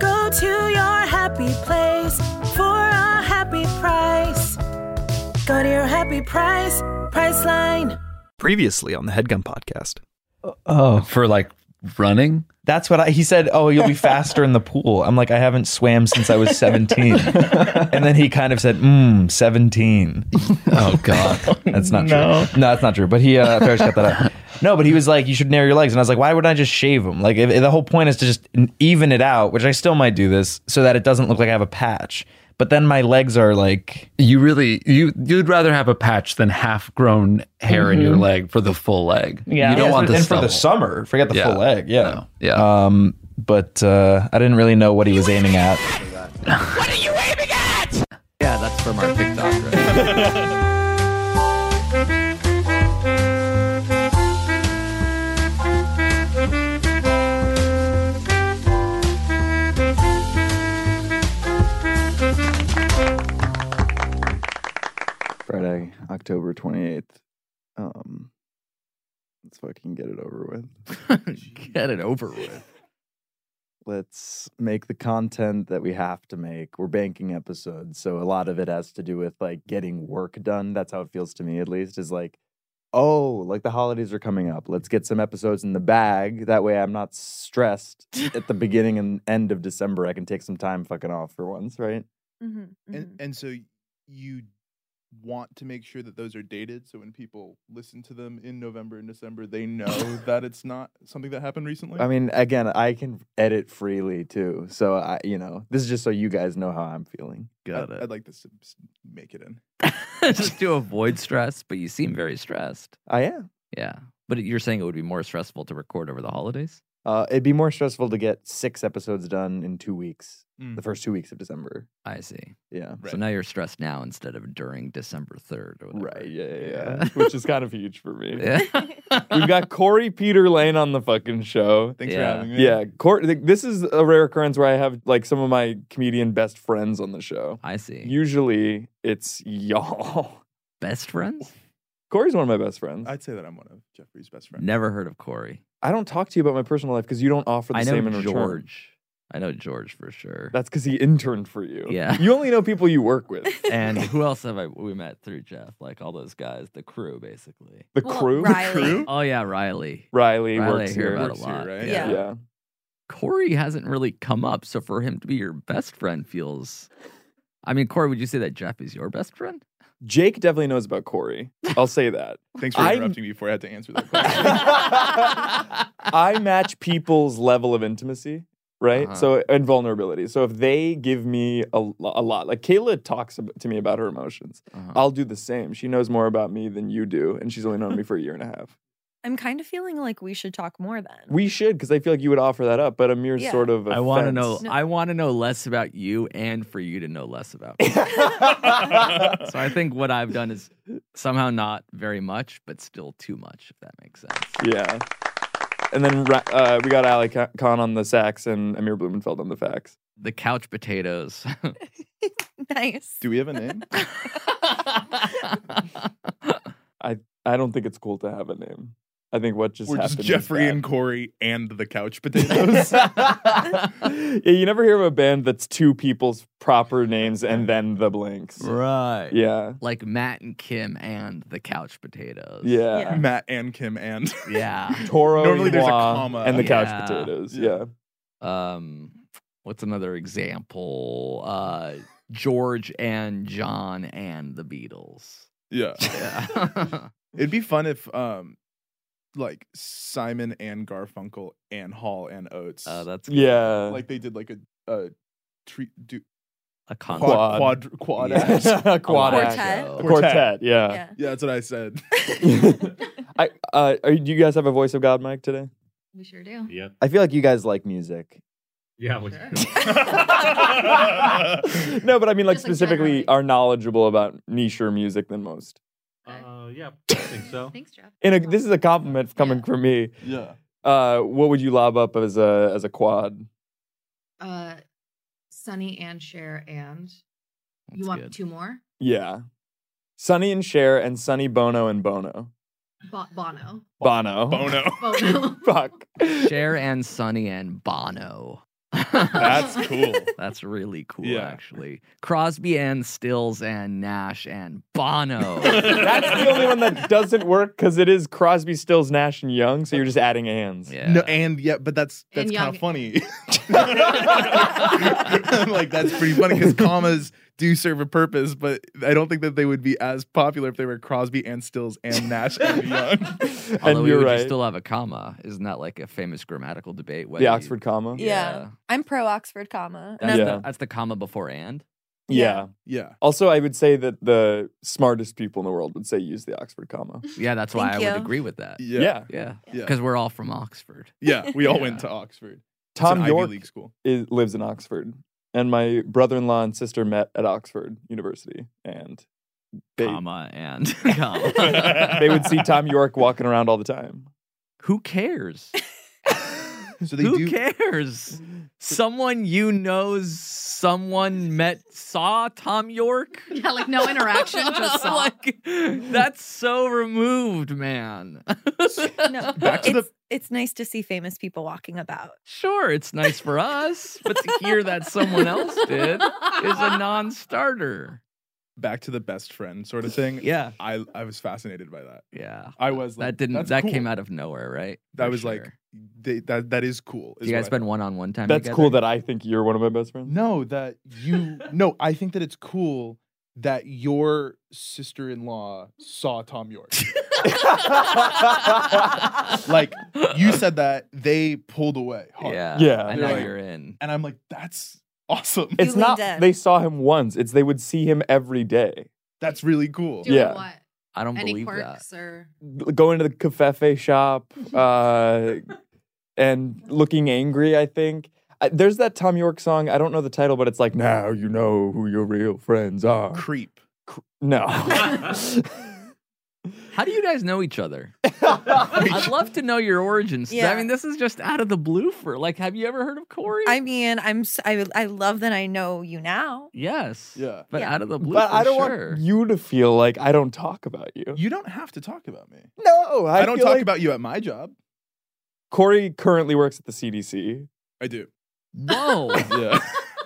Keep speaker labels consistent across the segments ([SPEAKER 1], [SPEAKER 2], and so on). [SPEAKER 1] Go to your happy place for a happy price. Go to your happy price, Priceline.
[SPEAKER 2] previously on the Headgum podcast.
[SPEAKER 3] Oh,
[SPEAKER 4] for like running.
[SPEAKER 3] that's what I, he said. Oh, you'll be faster in the pool. I'm like, I haven't swam since I was 17. and then he kind of said, mm, 17.
[SPEAKER 4] Oh God,
[SPEAKER 3] That's not true. No, that's not true. But he, uh, Parrish got that out. No, but he was like, you should narrow your legs. And I was like, why would I just shave them? Like, if, if the whole point is to just even it out, which I still might do this so that it doesn't look like I have a patch. But then my legs are like,
[SPEAKER 4] you really you you'd rather have a patch than half grown hair in your leg for the full leg.
[SPEAKER 5] Yeah.
[SPEAKER 4] you don't
[SPEAKER 5] Yes,
[SPEAKER 4] want the
[SPEAKER 3] and for the
[SPEAKER 4] stubble.
[SPEAKER 3] summer, forget the
[SPEAKER 4] Yeah.
[SPEAKER 3] full leg. Yeah.
[SPEAKER 4] No. Yeah.
[SPEAKER 3] Um, but uh, I didn't really know what he was aiming at.
[SPEAKER 4] yeah, that's from our TikTok. Right?
[SPEAKER 6] Friday, October 28th. Um, let's fucking get it over with.
[SPEAKER 5] Get it over with.
[SPEAKER 6] Let's make the content that we have to make. We're banking episodes, so a lot of it has to do with like getting work done. That's how it feels to me at least is like oh, like the holidays are coming up. Let's get some episodes in the bag. That way I'm not stressed at the beginning and end of December. I can take some time fucking off for once, right?
[SPEAKER 7] And,
[SPEAKER 6] Mm-hmm.
[SPEAKER 7] and so y- you want to make sure that those are dated so when people listen to them in November and December, they know that it's not something that happened recently?
[SPEAKER 6] I mean, again, I can edit freely too. So I, you know, this is just so you guys know how I'm feeling.
[SPEAKER 5] Got
[SPEAKER 7] I'd,
[SPEAKER 5] it.
[SPEAKER 7] I'd like this to s- make it in.
[SPEAKER 5] Just to avoid stress, but you seem very stressed.
[SPEAKER 6] I am.
[SPEAKER 5] Yeah. But you're saying it would be more stressful to record over the holidays?
[SPEAKER 6] Uh, it'd be more stressful to get six episodes done in two weeks,
[SPEAKER 7] Mm.
[SPEAKER 6] the first two weeks of December.
[SPEAKER 5] I see.
[SPEAKER 6] Yeah.
[SPEAKER 5] So
[SPEAKER 7] Right.
[SPEAKER 5] now you're stressed now instead of during December 3rd or whatever.
[SPEAKER 6] Right. Yeah. Yeah. yeah. Which is kind of huge for me.
[SPEAKER 5] Yeah.
[SPEAKER 6] We've got Corey Peter Lane on the fucking show.
[SPEAKER 7] Thanks
[SPEAKER 5] Yeah.
[SPEAKER 7] for having me.
[SPEAKER 6] Yeah. Cor- th- this is a rare occurrence where I have like some of my comedian best friends on the show.
[SPEAKER 5] I see.
[SPEAKER 6] Usually it's y'all.
[SPEAKER 5] Best friends?
[SPEAKER 6] Corey's one of my best friends. I,
[SPEAKER 7] I'd say that I'm one of Jeffrey's best friends.
[SPEAKER 5] Never heard of Corey.
[SPEAKER 6] don't talk to you about my personal life because you don't offer the
[SPEAKER 5] I
[SPEAKER 6] same
[SPEAKER 5] know
[SPEAKER 6] in return.
[SPEAKER 5] George. I know George for sure.
[SPEAKER 6] That's because he interned for you.
[SPEAKER 5] Yeah.
[SPEAKER 6] You only know people you work with.
[SPEAKER 5] and who else have I we met through Jeff? Like all those guys, the crew basically.
[SPEAKER 6] The
[SPEAKER 8] Well,
[SPEAKER 6] crew.
[SPEAKER 8] Riley.
[SPEAKER 7] crew?
[SPEAKER 5] Oh yeah, Riley.
[SPEAKER 6] Riley,
[SPEAKER 5] Riley
[SPEAKER 6] works
[SPEAKER 5] I hear
[SPEAKER 6] here.
[SPEAKER 5] about
[SPEAKER 7] Works
[SPEAKER 5] a
[SPEAKER 7] here,
[SPEAKER 5] lot.
[SPEAKER 7] right?
[SPEAKER 8] Yeah.
[SPEAKER 6] Yeah.
[SPEAKER 5] Corey hasn't really come up, so for him to be your best friend feels. I mean, Corey, would you say that Jeff is your best friend?
[SPEAKER 6] Jake definitely knows about Corey. I'll say that.
[SPEAKER 7] Thanks for
[SPEAKER 6] I-
[SPEAKER 7] interrupting me before I had to answer that question.
[SPEAKER 6] I match people's level of intimacy, right?
[SPEAKER 5] Uh-huh.
[SPEAKER 6] So and vulnerability. So if they give me a, lo- a lot, like Kayla talks ab- to me about her emotions,
[SPEAKER 5] Uh-huh.
[SPEAKER 6] I'll do the same. She knows more about me than you do, and she's only known me for a year and a half.
[SPEAKER 8] I'm kind of feeling like we should talk more then.
[SPEAKER 6] We should, because I feel like you would offer that up, but Amir's
[SPEAKER 8] Yeah.
[SPEAKER 6] sort of.
[SPEAKER 5] I want to know.
[SPEAKER 6] offense.
[SPEAKER 8] No.
[SPEAKER 5] I want to know less about you, and for you to know less about me.
[SPEAKER 6] I
[SPEAKER 5] so I think what I've done is somehow not very much, but still too much. If that makes sense.
[SPEAKER 6] Yeah. And then ra- uh, we got Ali Ka- Khan on the sax and Amir Blumenfeld on the fax.
[SPEAKER 5] The couch potatoes.
[SPEAKER 8] nice.
[SPEAKER 7] Do we have a name?
[SPEAKER 6] I don't think it's cool to have a name. I think what just
[SPEAKER 7] We're
[SPEAKER 6] happened.
[SPEAKER 7] just
[SPEAKER 6] is
[SPEAKER 7] Jeffrey
[SPEAKER 6] bad.
[SPEAKER 7] and Corey and the couch potatoes.
[SPEAKER 6] yeah, you never hear of a band that's two people's proper names and then the blanks.
[SPEAKER 5] right.
[SPEAKER 6] Yeah.
[SPEAKER 5] Like Matt and Kim and the couch potatoes.
[SPEAKER 6] Yeah.
[SPEAKER 8] Yeah.
[SPEAKER 7] Matt and Kim and.
[SPEAKER 5] Yeah.
[SPEAKER 6] Toro,
[SPEAKER 7] Normally there's a
[SPEAKER 6] Yua,
[SPEAKER 7] comma.
[SPEAKER 6] and the
[SPEAKER 5] Yeah.
[SPEAKER 6] couch potatoes.
[SPEAKER 7] Yeah.
[SPEAKER 6] Yeah.
[SPEAKER 5] um what's another example uh george and john and the beatles
[SPEAKER 7] Yeah.
[SPEAKER 5] yeah
[SPEAKER 7] It'd be fun if um like Simon and Garfunkel and Hall and Oates
[SPEAKER 5] uh, that's
[SPEAKER 6] Yeah.
[SPEAKER 7] like they did like a a treat do
[SPEAKER 5] a
[SPEAKER 7] quad
[SPEAKER 6] Quad.
[SPEAKER 7] quad
[SPEAKER 5] concept.
[SPEAKER 7] quad
[SPEAKER 5] Yeah.
[SPEAKER 7] act. yeah.
[SPEAKER 6] Quad
[SPEAKER 5] Quartet.
[SPEAKER 6] act.
[SPEAKER 5] Quartet.
[SPEAKER 6] Quartet. Yeah.
[SPEAKER 7] that's what I said.
[SPEAKER 6] I, uh, are, do you guys have a voice of God mic today?
[SPEAKER 8] we sure do.
[SPEAKER 6] I feel like you guys like music.
[SPEAKER 9] Yeah. we-
[SPEAKER 6] no, but I mean, like
[SPEAKER 9] Just, like,
[SPEAKER 6] specifically, are knowledgeable about nicher music than most.
[SPEAKER 9] Uh, yeah, I think so. Thanks, Jeff.
[SPEAKER 6] And a, this is a compliment coming from me.
[SPEAKER 7] Yeah.
[SPEAKER 6] Uh, what would you lob up as a as a quad?
[SPEAKER 10] Uh, Sunny and Cher and you want two more?
[SPEAKER 6] Yeah, Sonny and Cher and Sonny Bono and Bono.
[SPEAKER 10] Bo- Bono.
[SPEAKER 6] Bono.
[SPEAKER 7] Bono.
[SPEAKER 10] Bono.
[SPEAKER 6] Fuck.
[SPEAKER 5] Cher and Sonny and Bono.
[SPEAKER 6] That's
[SPEAKER 7] cool.
[SPEAKER 5] That's really cool, actually. Crosby and Stills and Nash and Bono.
[SPEAKER 6] That's the only one that doesn't work because it is Crosby, Stills, Nash, and Young. So you're just adding hands.
[SPEAKER 5] Yeah.
[SPEAKER 7] No, and yeah, but that's
[SPEAKER 10] And
[SPEAKER 7] that's kind
[SPEAKER 10] young-
[SPEAKER 7] of funny. I'm like that's pretty funny because commas do serve a purpose, but I don't think that they would be as popular if they were Crosby and Stills and Nash and Young.
[SPEAKER 5] Although we
[SPEAKER 6] you're
[SPEAKER 5] would
[SPEAKER 6] right.
[SPEAKER 5] still have a comma. Isn't that like a famous grammatical debate? whether
[SPEAKER 6] The
[SPEAKER 5] you-
[SPEAKER 6] Oxford comma.
[SPEAKER 5] Yeah.
[SPEAKER 1] I'm pro Oxford comma.
[SPEAKER 5] That's,
[SPEAKER 6] Yeah.
[SPEAKER 5] The, that's the comma before and.
[SPEAKER 6] Yeah.
[SPEAKER 7] Yeah.
[SPEAKER 6] Also, I would say that the smartest people in the world would say use the Oxford comma.
[SPEAKER 5] Yeah, that's why
[SPEAKER 1] Thank you.
[SPEAKER 5] I would agree with that.
[SPEAKER 7] Yeah.
[SPEAKER 6] Yeah.
[SPEAKER 5] Yeah.
[SPEAKER 7] Yeah.
[SPEAKER 5] Because we're all from Oxford.
[SPEAKER 7] Yeah, we all went
[SPEAKER 5] Yeah.
[SPEAKER 7] to Oxford. It's
[SPEAKER 6] Tom
[SPEAKER 7] an
[SPEAKER 6] York
[SPEAKER 7] Ivy League school.
[SPEAKER 6] is, lives in Oxford, and my brother-in-law and sister met at Oxford University, and they
[SPEAKER 5] Comma and comma.
[SPEAKER 6] they would see Tom York walking around all the time.
[SPEAKER 5] Who cares?
[SPEAKER 7] So they
[SPEAKER 5] Who
[SPEAKER 7] do
[SPEAKER 5] cares? Someone you knows someone met saw Tom York.
[SPEAKER 10] Yeah, like no interaction, just saw.
[SPEAKER 5] like that's so removed, man.
[SPEAKER 1] No,
[SPEAKER 7] Back to the-
[SPEAKER 1] it's, it's nice to see famous people walking about.
[SPEAKER 5] Sure, it's nice for us, but to hear that someone else did is a non-starter.
[SPEAKER 7] back to the best friend sort of thing.
[SPEAKER 5] Yeah.
[SPEAKER 7] I I was fascinated by that.
[SPEAKER 5] Yeah.
[SPEAKER 7] I was like,
[SPEAKER 5] That didn't
[SPEAKER 7] that's
[SPEAKER 5] that
[SPEAKER 7] cool.
[SPEAKER 5] came out of nowhere, right?
[SPEAKER 7] That
[SPEAKER 5] For
[SPEAKER 7] was like
[SPEAKER 5] sure.
[SPEAKER 7] they, that that is cool.
[SPEAKER 5] Do
[SPEAKER 7] is
[SPEAKER 5] you
[SPEAKER 7] what
[SPEAKER 5] guys
[SPEAKER 7] I
[SPEAKER 5] spend one on one time?
[SPEAKER 6] That's
[SPEAKER 5] together?
[SPEAKER 6] cool that I think you're one of my best friends.
[SPEAKER 7] No, that you no, I think that it's cool that your sister-in-law saw Tom York. like you said that they pulled away. hard.
[SPEAKER 5] Yeah.
[SPEAKER 6] Yeah.
[SPEAKER 7] They're
[SPEAKER 5] I know
[SPEAKER 7] like-
[SPEAKER 5] you're in.
[SPEAKER 7] And I'm like, that's awesome.
[SPEAKER 6] It's
[SPEAKER 1] You
[SPEAKER 6] not
[SPEAKER 1] leaned in.
[SPEAKER 6] they saw him once. It's they would see him every day.
[SPEAKER 7] That's really cool.
[SPEAKER 10] Doing
[SPEAKER 6] Yeah.
[SPEAKER 10] what?
[SPEAKER 5] I don't
[SPEAKER 10] Any
[SPEAKER 5] believe that.
[SPEAKER 10] quirks or
[SPEAKER 6] Going to the cafefe shop uh, and looking angry, I think. I, there's that Tom York song. I don't know the title, but it's like, now you know who your real friends are.
[SPEAKER 7] Creep.
[SPEAKER 6] No.
[SPEAKER 5] How do you guys know each other? I'd love to know your origins.
[SPEAKER 1] Yeah.
[SPEAKER 5] I mean, this is just out of the blue for like, have you ever heard of Corey?
[SPEAKER 1] I mean, I'm s- I, I love that I know you now.
[SPEAKER 5] yes.
[SPEAKER 7] Yeah.
[SPEAKER 5] But
[SPEAKER 1] Yeah.
[SPEAKER 5] out of the blue.
[SPEAKER 6] but
[SPEAKER 5] for
[SPEAKER 6] I don't
[SPEAKER 5] sure.
[SPEAKER 6] want you to feel like I don't talk about you.
[SPEAKER 7] You don't have to talk about me.
[SPEAKER 6] No, I,
[SPEAKER 7] I, don't
[SPEAKER 6] feel
[SPEAKER 7] talk
[SPEAKER 6] like
[SPEAKER 7] about you at my job.
[SPEAKER 6] Corey currently works at the CDC.
[SPEAKER 7] I do.
[SPEAKER 5] Whoa.
[SPEAKER 7] Yeah.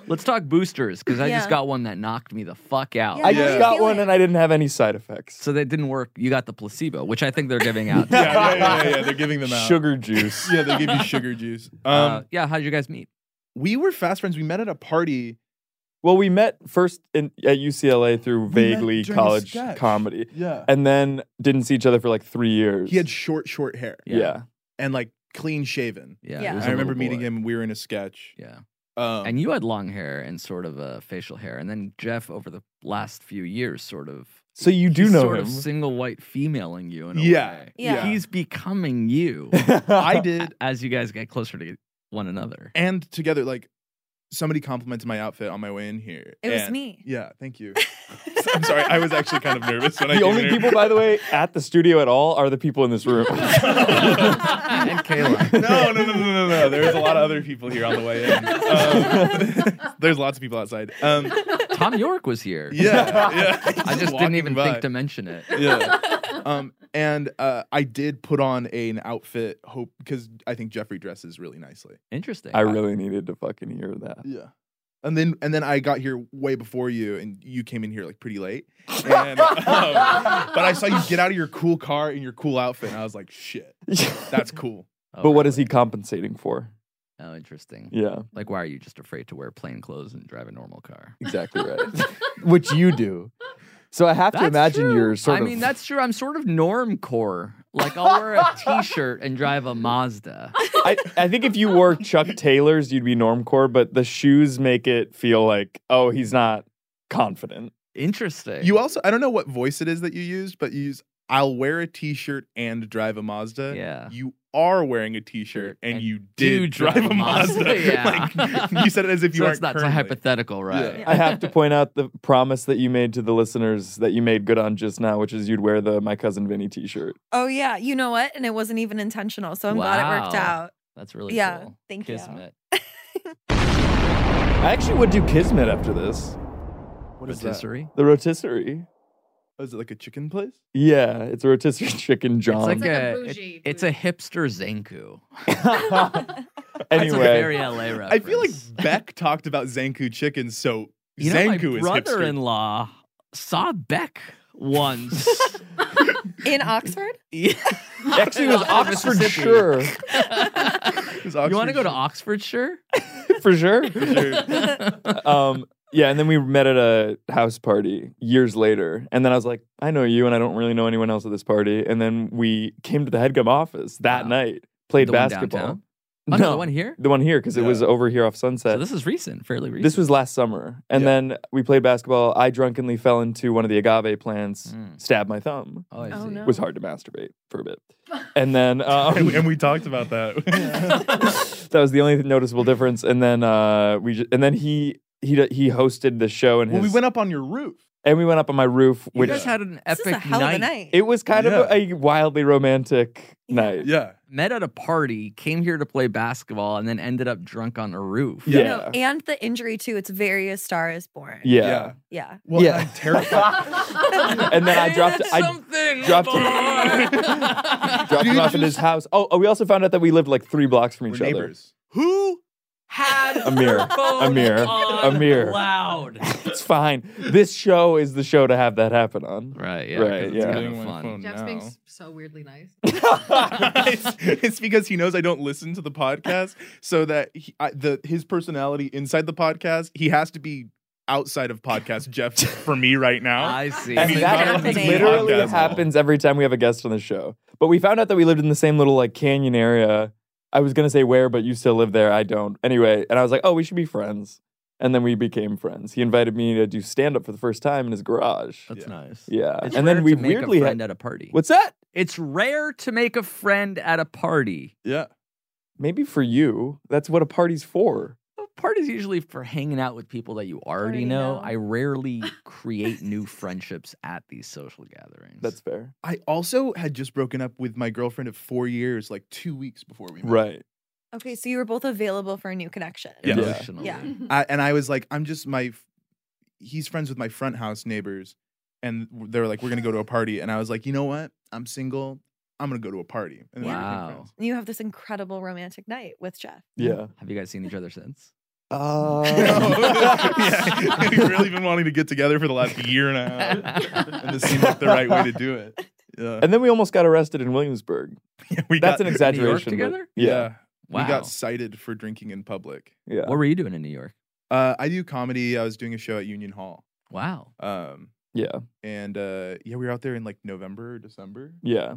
[SPEAKER 5] Let's talk boosters because I
[SPEAKER 1] Yeah.
[SPEAKER 5] just got one that knocked me the fuck out.
[SPEAKER 1] Yeah.
[SPEAKER 6] I
[SPEAKER 7] Yeah.
[SPEAKER 6] just got
[SPEAKER 1] Feel
[SPEAKER 6] one
[SPEAKER 1] it.
[SPEAKER 6] and I didn't have any side effects.
[SPEAKER 5] So that didn't work. You got the placebo, which I think they're giving out.
[SPEAKER 7] yeah, yeah, yeah, yeah. They're giving them out.
[SPEAKER 6] Sugar juice.
[SPEAKER 7] Yeah, they give you sugar juice. Um,
[SPEAKER 5] Uh, yeah. How did you guys meet?
[SPEAKER 7] we were fast friends. We met at a party.
[SPEAKER 6] Well, we met first in, at UCLA through
[SPEAKER 7] met
[SPEAKER 6] vaguely
[SPEAKER 7] during a
[SPEAKER 6] college
[SPEAKER 7] sketch.
[SPEAKER 6] comedy,
[SPEAKER 7] Yeah.
[SPEAKER 6] and then didn't see each other for like three years.
[SPEAKER 7] He had short, short hair
[SPEAKER 6] yeah.
[SPEAKER 7] and like clean shaven.
[SPEAKER 5] Yeah.
[SPEAKER 1] Yeah.
[SPEAKER 5] it was
[SPEAKER 7] I
[SPEAKER 5] a
[SPEAKER 7] remember
[SPEAKER 5] little
[SPEAKER 7] meeting
[SPEAKER 5] boy.
[SPEAKER 7] him. We were in a sketch.
[SPEAKER 5] Yeah.
[SPEAKER 7] Um,
[SPEAKER 5] And you had long hair and sort of uh, facial hair. And then Jeff, over the last few years, sort of.
[SPEAKER 6] So you do
[SPEAKER 5] he's
[SPEAKER 6] know
[SPEAKER 5] sort
[SPEAKER 6] him.
[SPEAKER 5] of single white femaling you in a
[SPEAKER 7] Yeah,
[SPEAKER 5] way.
[SPEAKER 1] yeah.
[SPEAKER 5] He's becoming you
[SPEAKER 7] I
[SPEAKER 5] a-
[SPEAKER 7] did.
[SPEAKER 5] as you guys get closer to one another.
[SPEAKER 7] And together, like somebody complimented my outfit on my way in here.
[SPEAKER 1] It was
[SPEAKER 7] and-
[SPEAKER 1] me.
[SPEAKER 7] Yeah, thank you. I'm sorry. I was actually kind of nervous when I
[SPEAKER 6] The
[SPEAKER 7] came
[SPEAKER 6] only
[SPEAKER 7] here.
[SPEAKER 6] people, by the way, at the studio at all are the people in this room.
[SPEAKER 5] and Kayla.
[SPEAKER 7] No, no, no, no, no, no. There's a lot of other people here on the way in. Um, there's lots of people outside. Um,
[SPEAKER 5] Tom York was here.
[SPEAKER 7] yeah, yeah.
[SPEAKER 5] I just
[SPEAKER 7] walking
[SPEAKER 5] didn't even
[SPEAKER 7] by.
[SPEAKER 5] think to mention it.
[SPEAKER 7] yeah. Um, and uh, I did put on an outfit, hope because I think Jeffrey dresses really nicely.
[SPEAKER 5] Interesting.
[SPEAKER 6] I really needed to fucking hear that.
[SPEAKER 7] Yeah. And then and then I got here way before you, and you came in here like pretty late. And, um, but I saw you get out of your cool car in your cool outfit, and I was like, shit, that's cool.
[SPEAKER 5] Oh,
[SPEAKER 6] but what is
[SPEAKER 5] really?
[SPEAKER 6] he compensating for?
[SPEAKER 5] Oh, interesting.
[SPEAKER 6] Yeah,
[SPEAKER 5] Like, why are you just afraid to wear plain clothes and drive a normal car?
[SPEAKER 6] exactly right. Which you do. So I have to
[SPEAKER 5] That's
[SPEAKER 6] imagine
[SPEAKER 5] true.
[SPEAKER 6] you're sort
[SPEAKER 5] I
[SPEAKER 6] of.
[SPEAKER 5] mean, that's true. I'm sort of norm core. Like, I'll wear a t shirt and drive a Mazda.
[SPEAKER 6] I, I think if you wore Chuck Taylors, you'd be normcore, but the shoes make it feel like, oh, he's not confident.
[SPEAKER 5] Interesting.
[SPEAKER 7] You also I don't know what voice it is that you used, but you use I'll wear a t-shirt and drive a Mazda.
[SPEAKER 5] Yeah.
[SPEAKER 7] You are wearing a T-shirt and, you did drive, a Mazda.
[SPEAKER 5] Yeah.
[SPEAKER 7] Like, you said it as if you
[SPEAKER 5] So
[SPEAKER 7] aren't.
[SPEAKER 5] it's not so
[SPEAKER 7] currently.
[SPEAKER 5] hypothetical, right?
[SPEAKER 6] I have to point out the promise that you made to the listeners that you made good on just now, which is you'd wear the my cousin Vinny T-shirt.
[SPEAKER 1] Oh yeah, you know what? And it wasn't even intentional, so I'm glad it worked
[SPEAKER 6] Wow.
[SPEAKER 1] out.
[SPEAKER 5] That's
[SPEAKER 6] really
[SPEAKER 1] yeah.
[SPEAKER 6] cool.
[SPEAKER 1] Thank you.
[SPEAKER 5] Kismet.
[SPEAKER 6] I actually would do Kismet after this.
[SPEAKER 7] What is that? Rotisserie?
[SPEAKER 6] The rotisserie.
[SPEAKER 7] Oh, is it like a chicken place?
[SPEAKER 6] Yeah, it's a rotisserie chicken
[SPEAKER 5] It's
[SPEAKER 6] John.
[SPEAKER 5] like a, it- it's a hipster Zanku.
[SPEAKER 6] Anyway.
[SPEAKER 5] That's a very LA
[SPEAKER 7] I
[SPEAKER 5] reference.
[SPEAKER 7] feel like Beck talked about Zanku chicken, so
[SPEAKER 5] You know, my
[SPEAKER 7] Zanku is hipster.
[SPEAKER 5] brother-in-law saw Beck once.
[SPEAKER 1] In Oxford?
[SPEAKER 6] Actually, it was Oxfordshire.
[SPEAKER 5] You want to go to Oxfordshire?
[SPEAKER 6] for sure. um, yeah, and then we met at a house party years later, and then I was like, I know you, and I don't really know anyone else at this party. And then we came to the headgum office that night, played
[SPEAKER 5] The one
[SPEAKER 6] basketball.
[SPEAKER 5] downtown? Oh, no, the one here?
[SPEAKER 6] The one here because it was over here off Sunset. So
[SPEAKER 5] this is recent, fairly recent.
[SPEAKER 6] This was last summer, and then we played basketball. I drunkenly fell into one of the agave plants, stabbed my thumb.
[SPEAKER 5] Oh, I
[SPEAKER 7] Oh, see. no.
[SPEAKER 6] Was hard to masturbate for a bit, and then um,
[SPEAKER 7] and, we, and we talked about that.
[SPEAKER 6] that was the only noticeable difference. And then uh, we ju- and then he he d- he hosted the show and his,
[SPEAKER 7] well, we went up on your roof.
[SPEAKER 6] and we went up on my roof.
[SPEAKER 5] You
[SPEAKER 6] which
[SPEAKER 5] guys had an
[SPEAKER 7] This is a
[SPEAKER 5] epic
[SPEAKER 7] hell of a night.
[SPEAKER 6] It was kind of a, a wildly romantic night.
[SPEAKER 7] Yeah.
[SPEAKER 5] Met at a party, came here to play basketball, and then ended up drunk on a roof.
[SPEAKER 6] Yeah. No,
[SPEAKER 1] And the injury too. It's very A Star Is Born.
[SPEAKER 6] Yeah. Yeah.
[SPEAKER 1] Yeah.
[SPEAKER 7] Well,
[SPEAKER 6] yeah. and then I dropped I dropped dropped him off at his house. Oh, oh, we also found out that we lived like three blocks from each other.
[SPEAKER 5] Who had
[SPEAKER 6] Amir, Amir, Amir.
[SPEAKER 5] Loud.
[SPEAKER 6] It's fine. This show is the show to have that happen on.
[SPEAKER 5] Right.
[SPEAKER 7] yeah, 'cause
[SPEAKER 6] Right.
[SPEAKER 7] it's
[SPEAKER 6] Yeah.
[SPEAKER 7] really Doing my fun. phone
[SPEAKER 10] Jeff's
[SPEAKER 7] now.
[SPEAKER 10] being s- so weirdly nice.
[SPEAKER 7] it's, it's because he knows I don't listen to the podcast, so that he, I, the his personality inside the podcast, he has to be outside of podcast Jeff for me right now.
[SPEAKER 5] I see.
[SPEAKER 6] And that literally happens every time we have a guest on the show. But we found out that we lived in the same little like canyon area. I was gonna say where, but you still live there. I don't. Anyway, and I was like, oh, we should be friends. And then we became friends. He invited me to do stand up for the first time in his garage.
[SPEAKER 5] That's nice.
[SPEAKER 6] Yeah.
[SPEAKER 5] It's
[SPEAKER 6] and then
[SPEAKER 5] rare
[SPEAKER 6] we
[SPEAKER 5] to make a
[SPEAKER 6] weirdly
[SPEAKER 5] friend
[SPEAKER 6] had
[SPEAKER 5] at a party.
[SPEAKER 6] What's that?
[SPEAKER 5] It's rare to make a friend at a party.
[SPEAKER 7] Yeah.
[SPEAKER 6] Maybe for you, that's what a party's for.
[SPEAKER 5] Parties usually for hanging out with people that you already,
[SPEAKER 6] Already
[SPEAKER 5] know.
[SPEAKER 6] know.
[SPEAKER 5] I rarely create new friendships at these social gatherings.
[SPEAKER 6] That's fair.
[SPEAKER 7] I also had just broken up with my girlfriend of four years, like two weeks before we met.
[SPEAKER 6] Right.
[SPEAKER 1] Okay, so you were both available for a new connection.
[SPEAKER 7] Yeah.
[SPEAKER 5] Emotionally.
[SPEAKER 1] Yeah.
[SPEAKER 7] I, and I was like, I'm just my. f- He's friends with my front house neighbors, and they were like, we're gonna go to a party, and I was like, you know what? I'm single. I'm gonna go to a party. And then we became friends.
[SPEAKER 1] You have this incredible romantic night with Jeff.
[SPEAKER 6] Yeah.
[SPEAKER 5] Have you guys seen each other since?
[SPEAKER 7] yeah, we've really been wanting to get together for the last year Uh, and a half, and this seems like the right way to do it. Yeah,
[SPEAKER 6] And then we almost got arrested in Williamsburg.
[SPEAKER 7] we
[SPEAKER 6] that's an
[SPEAKER 7] got-
[SPEAKER 6] exaggeration. but- Yeah.
[SPEAKER 7] we
[SPEAKER 5] Wow.
[SPEAKER 7] got cited for drinking in public.
[SPEAKER 6] Yeah.
[SPEAKER 5] What were you doing in New York?
[SPEAKER 7] Uh, I do comedy. I was doing a show at Union Hall.
[SPEAKER 5] Wow.
[SPEAKER 7] Um,
[SPEAKER 6] Yeah.
[SPEAKER 7] and uh, yeah, we were out there in like November, December,
[SPEAKER 6] Yeah.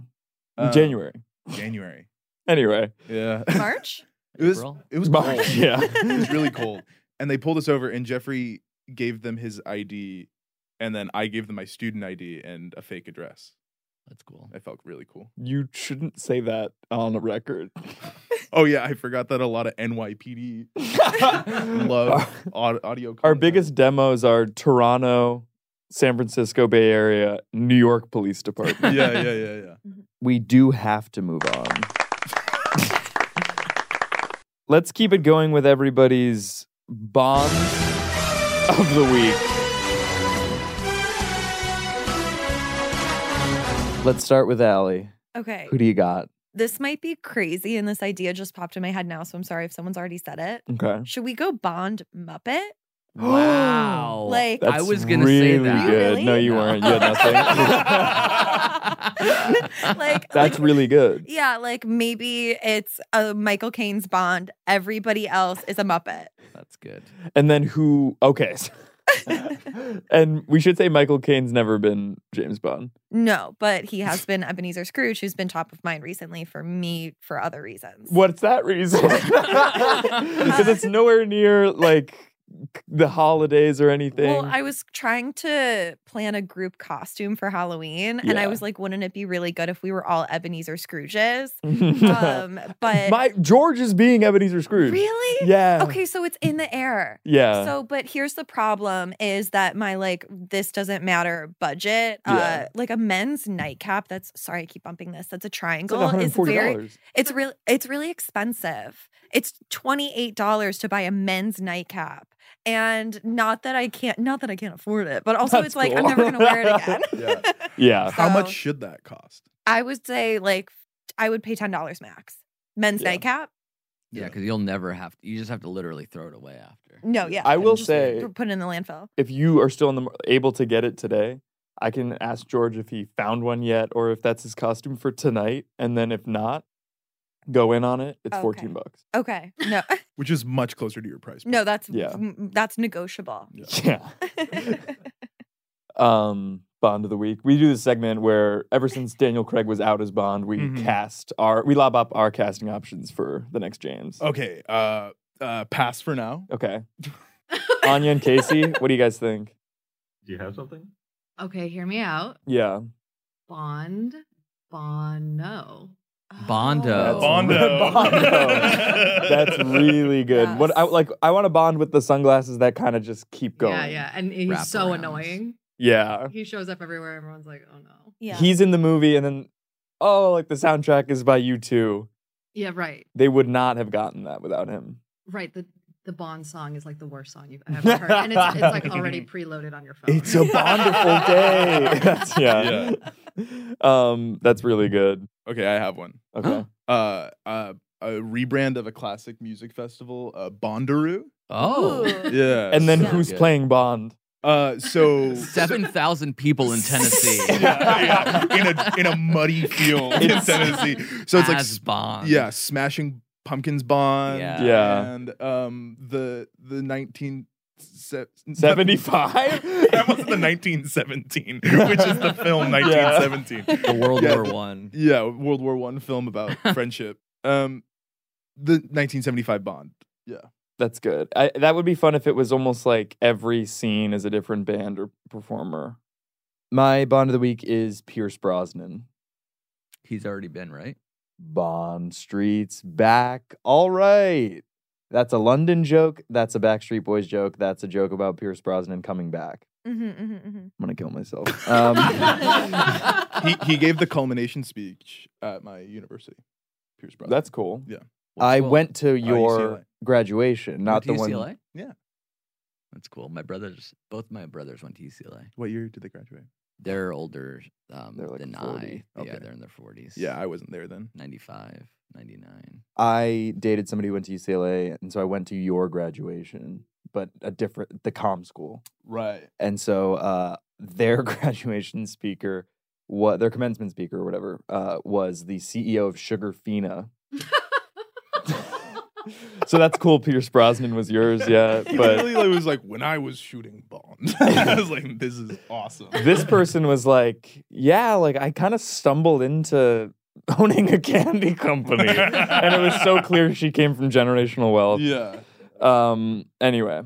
[SPEAKER 7] Uh,
[SPEAKER 6] January.
[SPEAKER 7] January.
[SPEAKER 6] Anyway.
[SPEAKER 7] Yeah.
[SPEAKER 1] March?
[SPEAKER 7] It was
[SPEAKER 5] April?
[SPEAKER 7] it was
[SPEAKER 6] March,
[SPEAKER 7] cold.
[SPEAKER 6] yeah.
[SPEAKER 7] it was really cold. And they pulled us over, and Jeffrey gave them his ID, and then I gave them my student ID and a fake address.
[SPEAKER 5] That's cool.
[SPEAKER 7] I felt really cool.
[SPEAKER 6] You shouldn't say that on a record.
[SPEAKER 7] Oh yeah, I forgot that a lot of NYPD love au- audio.
[SPEAKER 6] Our biggest demos are Toronto, San Francisco Bay Area, New York Police
[SPEAKER 7] yeah,
[SPEAKER 6] Department.
[SPEAKER 7] yeah, yeah, yeah.
[SPEAKER 6] We do have to move on. Let's keep it going with everybody's bombs of the week. Let's start with Allie.
[SPEAKER 1] Okay.
[SPEAKER 6] Who do you got?
[SPEAKER 1] This might be crazy, and this idea just popped in my head now, so I'm sorry if someone's already said it.
[SPEAKER 6] Okay.
[SPEAKER 1] Should we go Bond Muppet?
[SPEAKER 5] Wow.
[SPEAKER 1] Like-
[SPEAKER 5] I
[SPEAKER 6] That's
[SPEAKER 5] was gonna say
[SPEAKER 6] really
[SPEAKER 5] that.
[SPEAKER 6] Good. No, you weren't. You had nothing.
[SPEAKER 1] like,
[SPEAKER 6] That's really good.
[SPEAKER 1] yeah, like maybe it's a Michael Caine's Bond. Everybody else is a Muppet.
[SPEAKER 5] That's good.
[SPEAKER 6] And then who? Okay. and we should say Michael Caine's never been James Bond.
[SPEAKER 1] No, but he has been Ebenezer Scrooge, who's been top of mind recently for me for other reasons.
[SPEAKER 6] What's that reason? Because it's nowhere near like the holidays or anything?
[SPEAKER 1] Well, I was trying to plan a group costume for Halloween, and I
[SPEAKER 6] Yeah.
[SPEAKER 1] was like, wouldn't it be really good if we were all Ebenezer Scrooges? um, but
[SPEAKER 6] My George is being Ebenezer Scrooge.
[SPEAKER 1] Really?
[SPEAKER 6] Yeah.
[SPEAKER 1] Okay, so it's in the air.
[SPEAKER 6] Yeah.
[SPEAKER 1] So, but here's the problem is that my like this doesn't matter budget, uh
[SPEAKER 6] Yeah.
[SPEAKER 1] like a men's nightcap that's sorry, I keep bumping this. That's a triangle. very
[SPEAKER 6] $140.
[SPEAKER 1] it's really it's really expensive. It's $28 to buy a men's nightcap. And not that I can't not that I can't afford it, but also
[SPEAKER 7] That's
[SPEAKER 1] it's like I'm
[SPEAKER 7] cool.
[SPEAKER 1] never gonna wear it again.
[SPEAKER 6] Yeah.
[SPEAKER 7] How much
[SPEAKER 1] So-
[SPEAKER 7] should that cost?
[SPEAKER 1] I would say like I would pay ten dollars max. Men's nightcap?
[SPEAKER 5] Yeah, because you'll never have to. You just have to literally throw it away after.
[SPEAKER 1] No, yeah.
[SPEAKER 6] I will
[SPEAKER 1] Just
[SPEAKER 6] say-
[SPEAKER 1] put it in the landfill.
[SPEAKER 6] If you are still in the, mar- able to get it today, I can ask George if he found one yet or if that's his costume for tonight. And then if not, go in on it. It's
[SPEAKER 1] Okay.
[SPEAKER 6] 14 bucks.
[SPEAKER 1] Okay. No.
[SPEAKER 7] Which is much closer to your price.
[SPEAKER 1] No, that's
[SPEAKER 6] Yeah.
[SPEAKER 1] m- that's negotiable.
[SPEAKER 6] Yeah. um Bond of the week. We do this segment where ever since Daniel Craig was out as Bond, we
[SPEAKER 7] Mhm.
[SPEAKER 6] cast our we lob up our casting options for the next James.
[SPEAKER 7] Okay. Uh, uh, pass for now.
[SPEAKER 6] Okay. Anya and Casey, what do you guys think?
[SPEAKER 9] Do you have something?
[SPEAKER 10] Okay, hear me out.
[SPEAKER 6] Yeah.
[SPEAKER 10] Bond, Bono.
[SPEAKER 5] Bondo.
[SPEAKER 1] Uh,
[SPEAKER 6] That's- Bondo. That's really good. What I like I want to bond with the sunglasses that kind of just keep going.
[SPEAKER 10] Yeah, yeah. And he's
[SPEAKER 6] Wrap
[SPEAKER 10] so
[SPEAKER 6] around.
[SPEAKER 10] annoying.
[SPEAKER 6] Yeah.
[SPEAKER 10] He shows up everywhere. Everyone's like, oh no.
[SPEAKER 1] Yeah.
[SPEAKER 6] He's in the movie and then oh, like the soundtrack is by you two.
[SPEAKER 10] Yeah, right.
[SPEAKER 6] They would not have gotten that without him.
[SPEAKER 10] Right. The the Bond song is like the worst song you've ever heard. And it's, it's like already preloaded on your phone.
[SPEAKER 6] It's a wonderful day. That's, yeah. Um, that's really good.
[SPEAKER 7] Okay, I have one.
[SPEAKER 6] Okay.
[SPEAKER 7] uh, uh, a rebrand of a classic music festival, uh, Bondaroo.
[SPEAKER 5] Oh.
[SPEAKER 7] yeah.
[SPEAKER 6] And then who's
[SPEAKER 5] Good.
[SPEAKER 6] playing Bond?
[SPEAKER 7] Uh, so
[SPEAKER 5] Seven thousand people in Tennessee.
[SPEAKER 7] yeah, yeah, in a in a muddy field in
[SPEAKER 5] It's-
[SPEAKER 7] Tennessee. So it's like
[SPEAKER 5] As Bond.
[SPEAKER 7] Yeah, smashing pumpkins Bond.
[SPEAKER 5] Yeah.
[SPEAKER 6] Yeah.
[SPEAKER 7] and um the the nineteen. se-
[SPEAKER 6] 75?
[SPEAKER 7] that was the 1917, which is the film
[SPEAKER 6] Yeah.
[SPEAKER 7] 1917.
[SPEAKER 5] The World
[SPEAKER 7] Yeah,
[SPEAKER 5] War
[SPEAKER 7] the-
[SPEAKER 5] One.
[SPEAKER 7] Yeah, World War One film about friendship. Um, the 1975 Bond. Yeah,
[SPEAKER 6] That's good. I, that would be fun if it was almost like every scene is a different band or performer. My Bond of the week is Pierce Brosnan.
[SPEAKER 5] He's already been right.
[SPEAKER 6] Bond Street's back. All right. That's a London joke. That's a Backstreet Boys joke. That's a joke about Pierce Brosnan coming back.
[SPEAKER 1] Mm-hmm, mm-hmm,
[SPEAKER 6] I'm going to kill myself. Um,
[SPEAKER 7] he he gave the culmination speech at my university. Pierce Brosnan.
[SPEAKER 6] that's cool. Oh,
[SPEAKER 7] yeah.
[SPEAKER 6] I went to
[SPEAKER 7] UCLA.
[SPEAKER 6] your graduation, not
[SPEAKER 5] Went to
[SPEAKER 6] the one.
[SPEAKER 5] UCLA?
[SPEAKER 7] Yeah.
[SPEAKER 5] That's cool. My brothers, both my brothers went to UCLA.
[SPEAKER 7] What year did they graduate?
[SPEAKER 5] They're older um,
[SPEAKER 6] They're like
[SPEAKER 5] than
[SPEAKER 6] 40.
[SPEAKER 5] I. Yeah,
[SPEAKER 7] Okay.
[SPEAKER 5] they're in their 40s.
[SPEAKER 7] Yeah, I wasn't there then.
[SPEAKER 5] 95, 99.
[SPEAKER 6] I dated somebody who went to UCLA, and so I went to your graduation, but a different the com school.
[SPEAKER 7] Right.
[SPEAKER 6] And so uh, their graduation speaker, what their commencement speaker or whatever, uh, was the CEO of Sugarfina. so that's cool. Pierce Brosnan was yours, yeah.
[SPEAKER 7] He
[SPEAKER 6] But
[SPEAKER 7] literally was like, when I was shooting Bond, I was like, this is awesome.
[SPEAKER 6] this person was like, yeah, like I kind of stumbled into owning a candy company, and it was so clear she came from generational wealth.
[SPEAKER 7] Yeah.
[SPEAKER 6] Um. Anyway,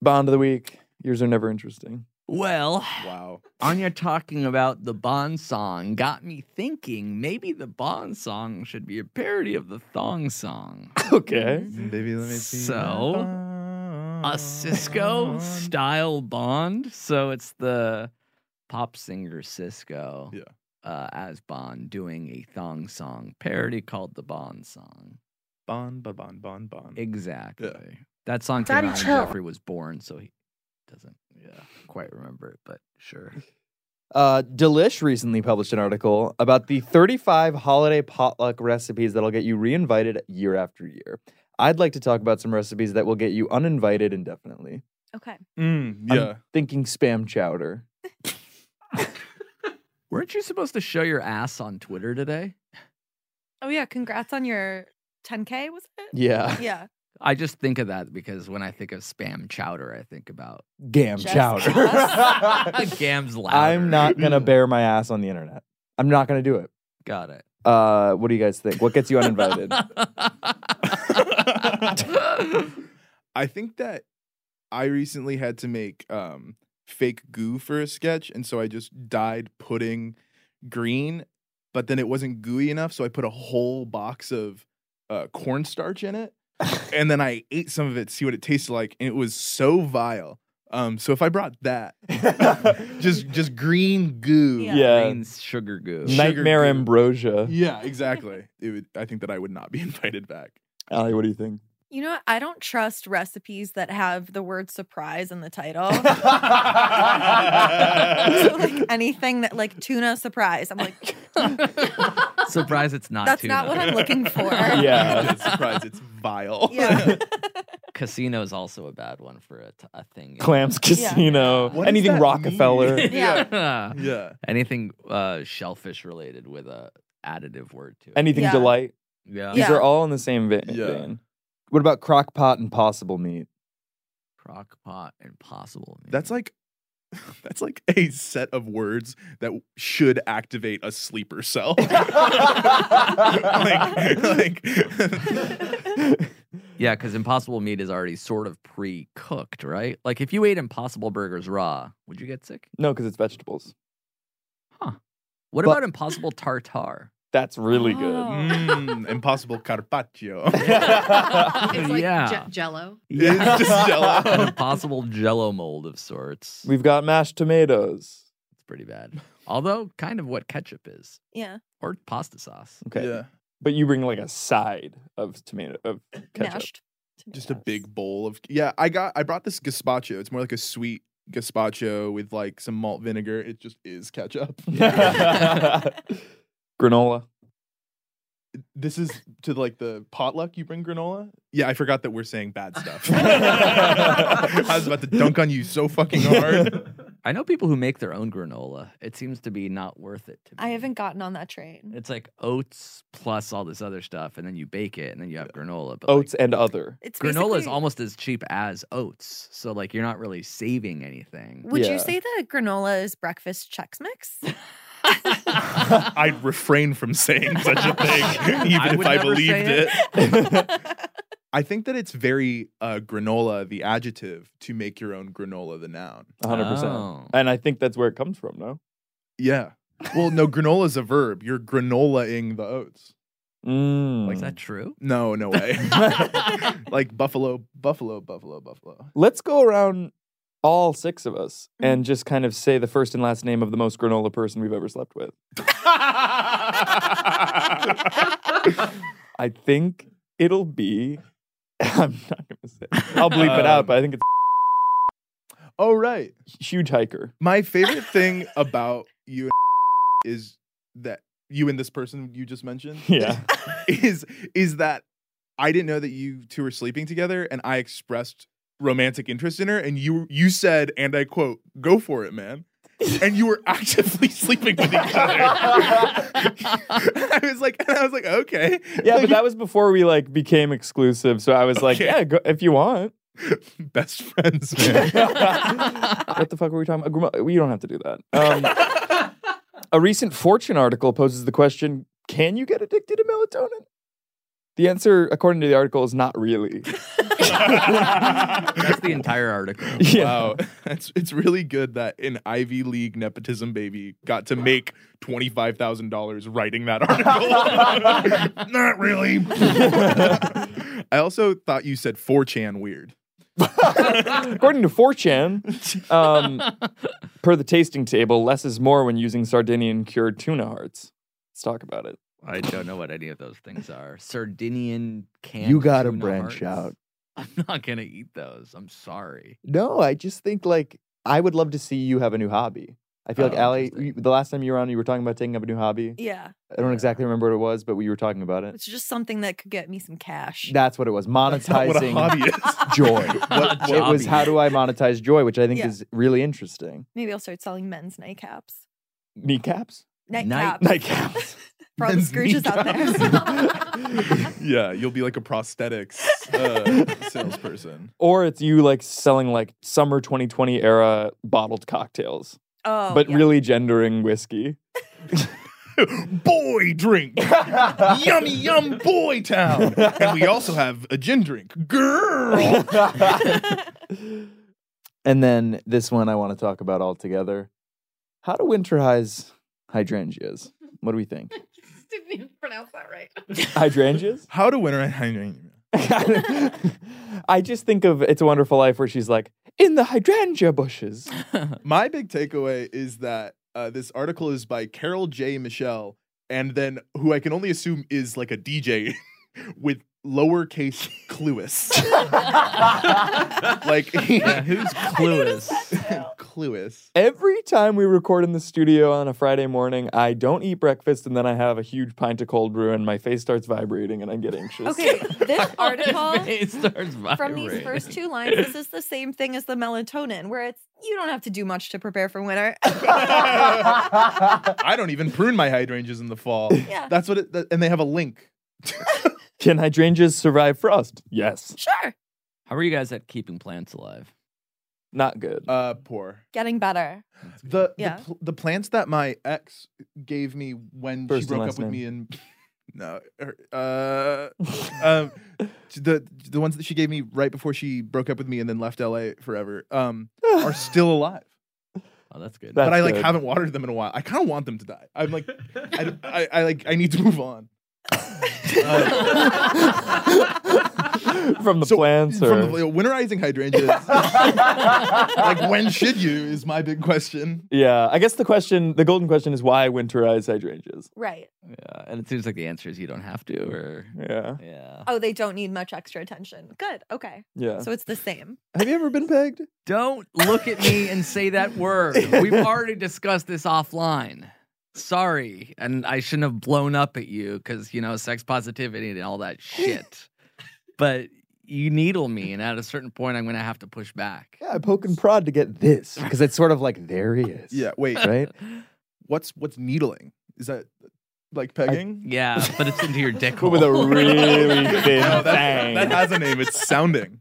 [SPEAKER 6] Bond of the week. Yours are never interesting.
[SPEAKER 5] Well,
[SPEAKER 7] Wow.
[SPEAKER 5] Anya talking about the Bond song got me thinking maybe the Bond song should be a parody of the Thong song.
[SPEAKER 6] Okay.
[SPEAKER 7] Baby, let me see.
[SPEAKER 5] So, a
[SPEAKER 6] Um.
[SPEAKER 5] Cisco style Bond. So it's the pop singer Cisco
[SPEAKER 7] Yeah.
[SPEAKER 5] uh, as Bond doing a Thong song parody called the Bond song.
[SPEAKER 7] Bond, ba- Bond, Bond, Bond.
[SPEAKER 5] Exactly. That song came
[SPEAKER 9] Daddy
[SPEAKER 5] out when
[SPEAKER 9] chill.
[SPEAKER 5] Jeffrey was born, so he doesn't yeah, quite remember it, but sure.
[SPEAKER 6] Uh, Delish recently published an article about the 35 holiday potluck recipes that'll get you reinvited year after year. I'd like to talk about some recipes that will get you uninvited indefinitely.
[SPEAKER 1] Okay.
[SPEAKER 7] Mm,
[SPEAKER 6] I'm
[SPEAKER 7] yeah.
[SPEAKER 6] thinking spam chowder.
[SPEAKER 5] Weren't you supposed to show your ass on Twitter today?
[SPEAKER 1] Oh yeah, congrats on your 10k was it?
[SPEAKER 6] Yeah.
[SPEAKER 1] Yeah.
[SPEAKER 5] I just think of that because when I think of spam chowder, I think about
[SPEAKER 6] Gam
[SPEAKER 1] Just
[SPEAKER 6] chowder.
[SPEAKER 5] Gam's louder.
[SPEAKER 6] I'm not going to bare my ass on the internet. I'm not going to do it.
[SPEAKER 5] Got it.
[SPEAKER 6] Uh, what do you guys think? What gets you uninvited?
[SPEAKER 7] I think that I recently had to make um, fake goo for a sketch, and so I just dyed pudding green, but then it wasn't gooey enough, so I put a whole box of uh, cornstarch in it, and then I ate some of it to see what it tasted like, and it was so vile. Um, so if I brought that, just just green goo,
[SPEAKER 6] Yeah. Yeah.
[SPEAKER 5] Green sugar goo.
[SPEAKER 6] Nightmare ambrosia.
[SPEAKER 7] yeah, exactly. It would, I think that I would not be invited back.
[SPEAKER 6] Ali, what do you think?
[SPEAKER 1] You know, what? I don't trust recipes that have the word surprise in the title. so, like anything that like tuna surprise, I'm like,
[SPEAKER 5] Surprise, it's not.
[SPEAKER 1] that's
[SPEAKER 5] tuna.
[SPEAKER 1] not what I'm looking for.
[SPEAKER 6] Yeah.
[SPEAKER 7] surprise, it's vile.
[SPEAKER 1] Yeah.
[SPEAKER 5] Casino is also a bad one for a, t- a thing.
[SPEAKER 6] Clams Casino.
[SPEAKER 5] What does
[SPEAKER 6] Anything
[SPEAKER 5] that
[SPEAKER 6] Rockefeller.
[SPEAKER 5] yeah.
[SPEAKER 7] Yeah.
[SPEAKER 5] Anything uh, shellfish related with a additive word to it.
[SPEAKER 6] Anything
[SPEAKER 5] yeah.
[SPEAKER 6] delight.
[SPEAKER 5] Yeah.
[SPEAKER 6] These are all in the same vein.
[SPEAKER 5] Yeah.
[SPEAKER 6] vein.
[SPEAKER 11] What about crock pot and possible meat?
[SPEAKER 5] Crock pot impossible.
[SPEAKER 7] That's like that's like a set of words that should activate a sleeper cell. like, like
[SPEAKER 5] Yeah, because impossible meat is already sort of pre cooked, right? Like if you ate impossible burgers raw, would you get sick?
[SPEAKER 6] No, because it's vegetables.
[SPEAKER 5] What
[SPEAKER 6] But-
[SPEAKER 5] about impossible tartar?
[SPEAKER 6] That's really
[SPEAKER 1] Oh.
[SPEAKER 7] mm, impossible carpaccio.
[SPEAKER 10] It's like
[SPEAKER 5] Yeah.
[SPEAKER 10] Je- Jello.
[SPEAKER 7] Yeah. It's just jello.
[SPEAKER 5] An impossible jello mold of sorts.
[SPEAKER 6] We've got mashed tomatoes.
[SPEAKER 5] It's pretty bad. Although, kind of what ketchup is,
[SPEAKER 1] Yeah.
[SPEAKER 5] or pasta sauce.
[SPEAKER 6] Okay.
[SPEAKER 7] Yeah.
[SPEAKER 6] But you bring like a side of tomato of ketchup.
[SPEAKER 1] Mashed.
[SPEAKER 7] Just a big bowl of yeah. I got I brought this gazpacho. It's more like a sweet gazpacho with like some malt vinegar. It just is ketchup.
[SPEAKER 6] Granola.
[SPEAKER 7] this is to like the potluck. You bring granola. Yeah, I forgot that we're saying bad stuff. I was about to dunk on you so fucking hard.
[SPEAKER 5] I know people who make their own granola. It seems to be not worth it to me.
[SPEAKER 1] I haven't gotten on that train.
[SPEAKER 5] It's like oats plus all this other stuff, and then you bake it, and then you have granola. But like,
[SPEAKER 6] Oats and other.
[SPEAKER 1] It's
[SPEAKER 5] granola is
[SPEAKER 1] basically-
[SPEAKER 5] almost as cheap as oats, so like you're not really saving anything.
[SPEAKER 1] Would
[SPEAKER 6] Yeah.
[SPEAKER 1] you say that granola is breakfast Chex Mix?
[SPEAKER 7] I'd refrain from saying such a thing, even
[SPEAKER 5] I
[SPEAKER 7] if
[SPEAKER 5] would
[SPEAKER 7] I
[SPEAKER 5] never
[SPEAKER 7] believed
[SPEAKER 5] say
[SPEAKER 7] it. I think that it's very uh, granola, the adjective, to make your own granola, the noun.
[SPEAKER 6] 100%.
[SPEAKER 5] Oh.
[SPEAKER 6] And I think that's where it comes from, no?
[SPEAKER 7] Yeah. Well, no, granola is a verb. You're granolaing the oats.
[SPEAKER 6] Mm.
[SPEAKER 5] Oh, Is that true?
[SPEAKER 7] No, no way. like buffalo, buffalo, buffalo, buffalo.
[SPEAKER 6] Let's go around all six of us and just kind of say the first and last name of the most granola person we've ever slept with. I think it'll be. I'm not gonna say. it. I'll bleep it out,
[SPEAKER 7] Um,
[SPEAKER 6] but I think it's
[SPEAKER 7] Oh, right.
[SPEAKER 6] huge hiker.
[SPEAKER 7] My favorite thing about you and is that you and this person you just mentioned
[SPEAKER 6] Yeah,
[SPEAKER 7] is is that I didn't know that you two were sleeping together, and I expressed romantic interest in her, and you you said, and I quote, "Go for it, man." and you were actively sleeping with each other. I was like, and I was like, okay,
[SPEAKER 6] yeah, but that was before we like became exclusive. So I was like,
[SPEAKER 7] Okay.
[SPEAKER 6] yeah, go, if you want.
[SPEAKER 7] best friends, man.
[SPEAKER 6] what the fuck were we talking about? Granola- We don't have to do that. Um, a recent Fortune article poses the question: Can you get addicted to melatonin? The answer, according to the article, is not really.
[SPEAKER 5] That's the entire article.
[SPEAKER 7] Wow, it's it's really good that an Ivy League nepotism baby got to make twenty five thousand dollars writing that article. Not really. I also thought you said 4chan weird.
[SPEAKER 6] According to 4chan, um, per the tasting table, less is more when using Sardinian cured tuna hearts. Let's talk about it.
[SPEAKER 5] I don't know what any of those things are. Sardinian canned.
[SPEAKER 11] You gotta
[SPEAKER 5] tuna
[SPEAKER 11] branch out.
[SPEAKER 5] hearts? I'm not gonna eat those. I'm sorry.
[SPEAKER 11] No, I just think like I would love to see you have a new hobby. I feel
[SPEAKER 5] Oh,
[SPEAKER 11] like Ali,
[SPEAKER 5] interesting.
[SPEAKER 11] you- the last time you were on, you were talking about taking up a new hobby.
[SPEAKER 1] yeah.
[SPEAKER 11] I don't exactly remember what it was, but we were talking about it.
[SPEAKER 1] It's just something that could get me some cash.
[SPEAKER 11] That's what it was.
[SPEAKER 7] That's not what a
[SPEAKER 11] Monetizing
[SPEAKER 7] hobby is.
[SPEAKER 11] joy.
[SPEAKER 5] What-
[SPEAKER 11] it was how do I monetize joy, which I think
[SPEAKER 1] Yeah.
[SPEAKER 11] is really interesting.
[SPEAKER 1] Maybe I'll start selling men's nightcaps.
[SPEAKER 6] Kneecaps?
[SPEAKER 1] Nightcaps.
[SPEAKER 6] Nightcaps.
[SPEAKER 1] For all the
[SPEAKER 7] Men's
[SPEAKER 1] Scrooges out there.
[SPEAKER 7] yeah, you'll be like a prosthetics uh, salesperson.
[SPEAKER 6] Or it's you like selling like summer 2020 era bottled cocktails,
[SPEAKER 1] oh.
[SPEAKER 6] but
[SPEAKER 1] yeah.
[SPEAKER 6] really gendering whiskey.
[SPEAKER 7] boy drink. Yummy yum boy town. And we also have a gin drink. Girl.
[SPEAKER 11] And then this one I want to talk about altogether. How to winterize hydrangeas. What do we think?
[SPEAKER 10] Didn't even pronounce that right.
[SPEAKER 6] hydrangeas?
[SPEAKER 7] How to winterize hydrangeas.
[SPEAKER 6] I just think of It's a Wonderful Life where she's like, in the hydrangea bushes.
[SPEAKER 7] My big takeaway is that uh, this article is by Carol J. Michelle, and then who I can only assume is like a DJ with lowercase clueless. like,
[SPEAKER 6] Yeah,
[SPEAKER 7] who's clueless? clueless.
[SPEAKER 6] Every time we record in the studio on a Friday morning, I don't eat breakfast and then I have a huge pint of cold brew and my face starts vibrating and I get anxious.
[SPEAKER 1] Okay, this article
[SPEAKER 5] starts
[SPEAKER 1] from these first two lines, this is the same thing as the melatonin, where it's you don't have to do much to prepare for winter.
[SPEAKER 7] I don't even prune my hydrangeas in the fall.
[SPEAKER 1] Yeah.
[SPEAKER 7] That's what it, that, and they have a link.
[SPEAKER 6] Can hydrangeas survive frost? Yes.
[SPEAKER 1] sure,
[SPEAKER 5] How are you guys at keeping plants alive?
[SPEAKER 6] Not good.
[SPEAKER 7] Uh, poor.
[SPEAKER 1] getting better.
[SPEAKER 7] The,
[SPEAKER 1] Yeah.
[SPEAKER 7] the pl- the plants that my ex gave me when
[SPEAKER 6] First
[SPEAKER 7] she
[SPEAKER 6] and
[SPEAKER 7] broke
[SPEAKER 6] last
[SPEAKER 7] up with
[SPEAKER 6] name.
[SPEAKER 7] me and no her, uh um the the ones that she gave me right before she broke up with me and then left LA forever um are still alive
[SPEAKER 5] Oh, that's good.
[SPEAKER 7] but I like haven't watered them in a while I kind of want them to die I'm like I, d- I- I, like I need to move on Um,
[SPEAKER 6] from the plants or
[SPEAKER 7] uh, from the, winterizing hydrangeas like when should you is my big question
[SPEAKER 6] Yeah, I guess the question, the golden question is why winterize hydrangeas?
[SPEAKER 1] Right.
[SPEAKER 5] Yeah, and it seems like the answer is you don't have to, or
[SPEAKER 6] yeah,
[SPEAKER 5] yeah.
[SPEAKER 1] Oh, they don't need much extra attention. Good. Okay.
[SPEAKER 5] Yeah.
[SPEAKER 1] So it's the same.
[SPEAKER 6] Have you ever been pegged?
[SPEAKER 5] Don't look at me and say that word. We've already discussed this offline. Sorry, and I shouldn't have blown up at you because you know sex positivity and all that shit. but you needle me, and at a certain point, I'm going to have to push back.
[SPEAKER 11] Yeah, I poke and prod to get this because it's sort of like there he is.
[SPEAKER 7] Yeah, wait.
[SPEAKER 11] Right?
[SPEAKER 7] What's what's needling? Is that like pegging?
[SPEAKER 5] Yeah, but it's into your dick
[SPEAKER 6] But with a really thin
[SPEAKER 7] Oh, No, that-
[SPEAKER 6] bang.
[SPEAKER 7] That has a name. It's sounding.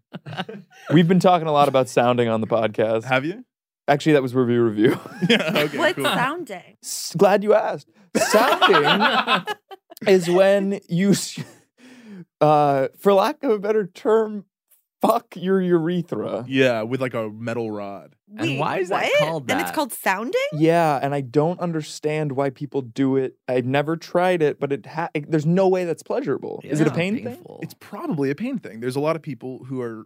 [SPEAKER 6] We've been talking a lot about sounding on the podcast.
[SPEAKER 7] Have you?
[SPEAKER 6] Actually, that was review review.
[SPEAKER 7] yeah. Okay.
[SPEAKER 1] What's sounding?
[SPEAKER 6] S- Glad you asked. Sounding is when you, s- uh, for lack of a better term, fuck your urethra.
[SPEAKER 7] Yeah, with like a metal rod.
[SPEAKER 1] Wait, what? And it's called sounding?
[SPEAKER 6] Yeah, and I don't understand why people do it. I've never tried it, but it ha- it- there's no way that's pleasurable. Is it a pain thing?
[SPEAKER 7] It's probably a pain thing. There's a lot of people who are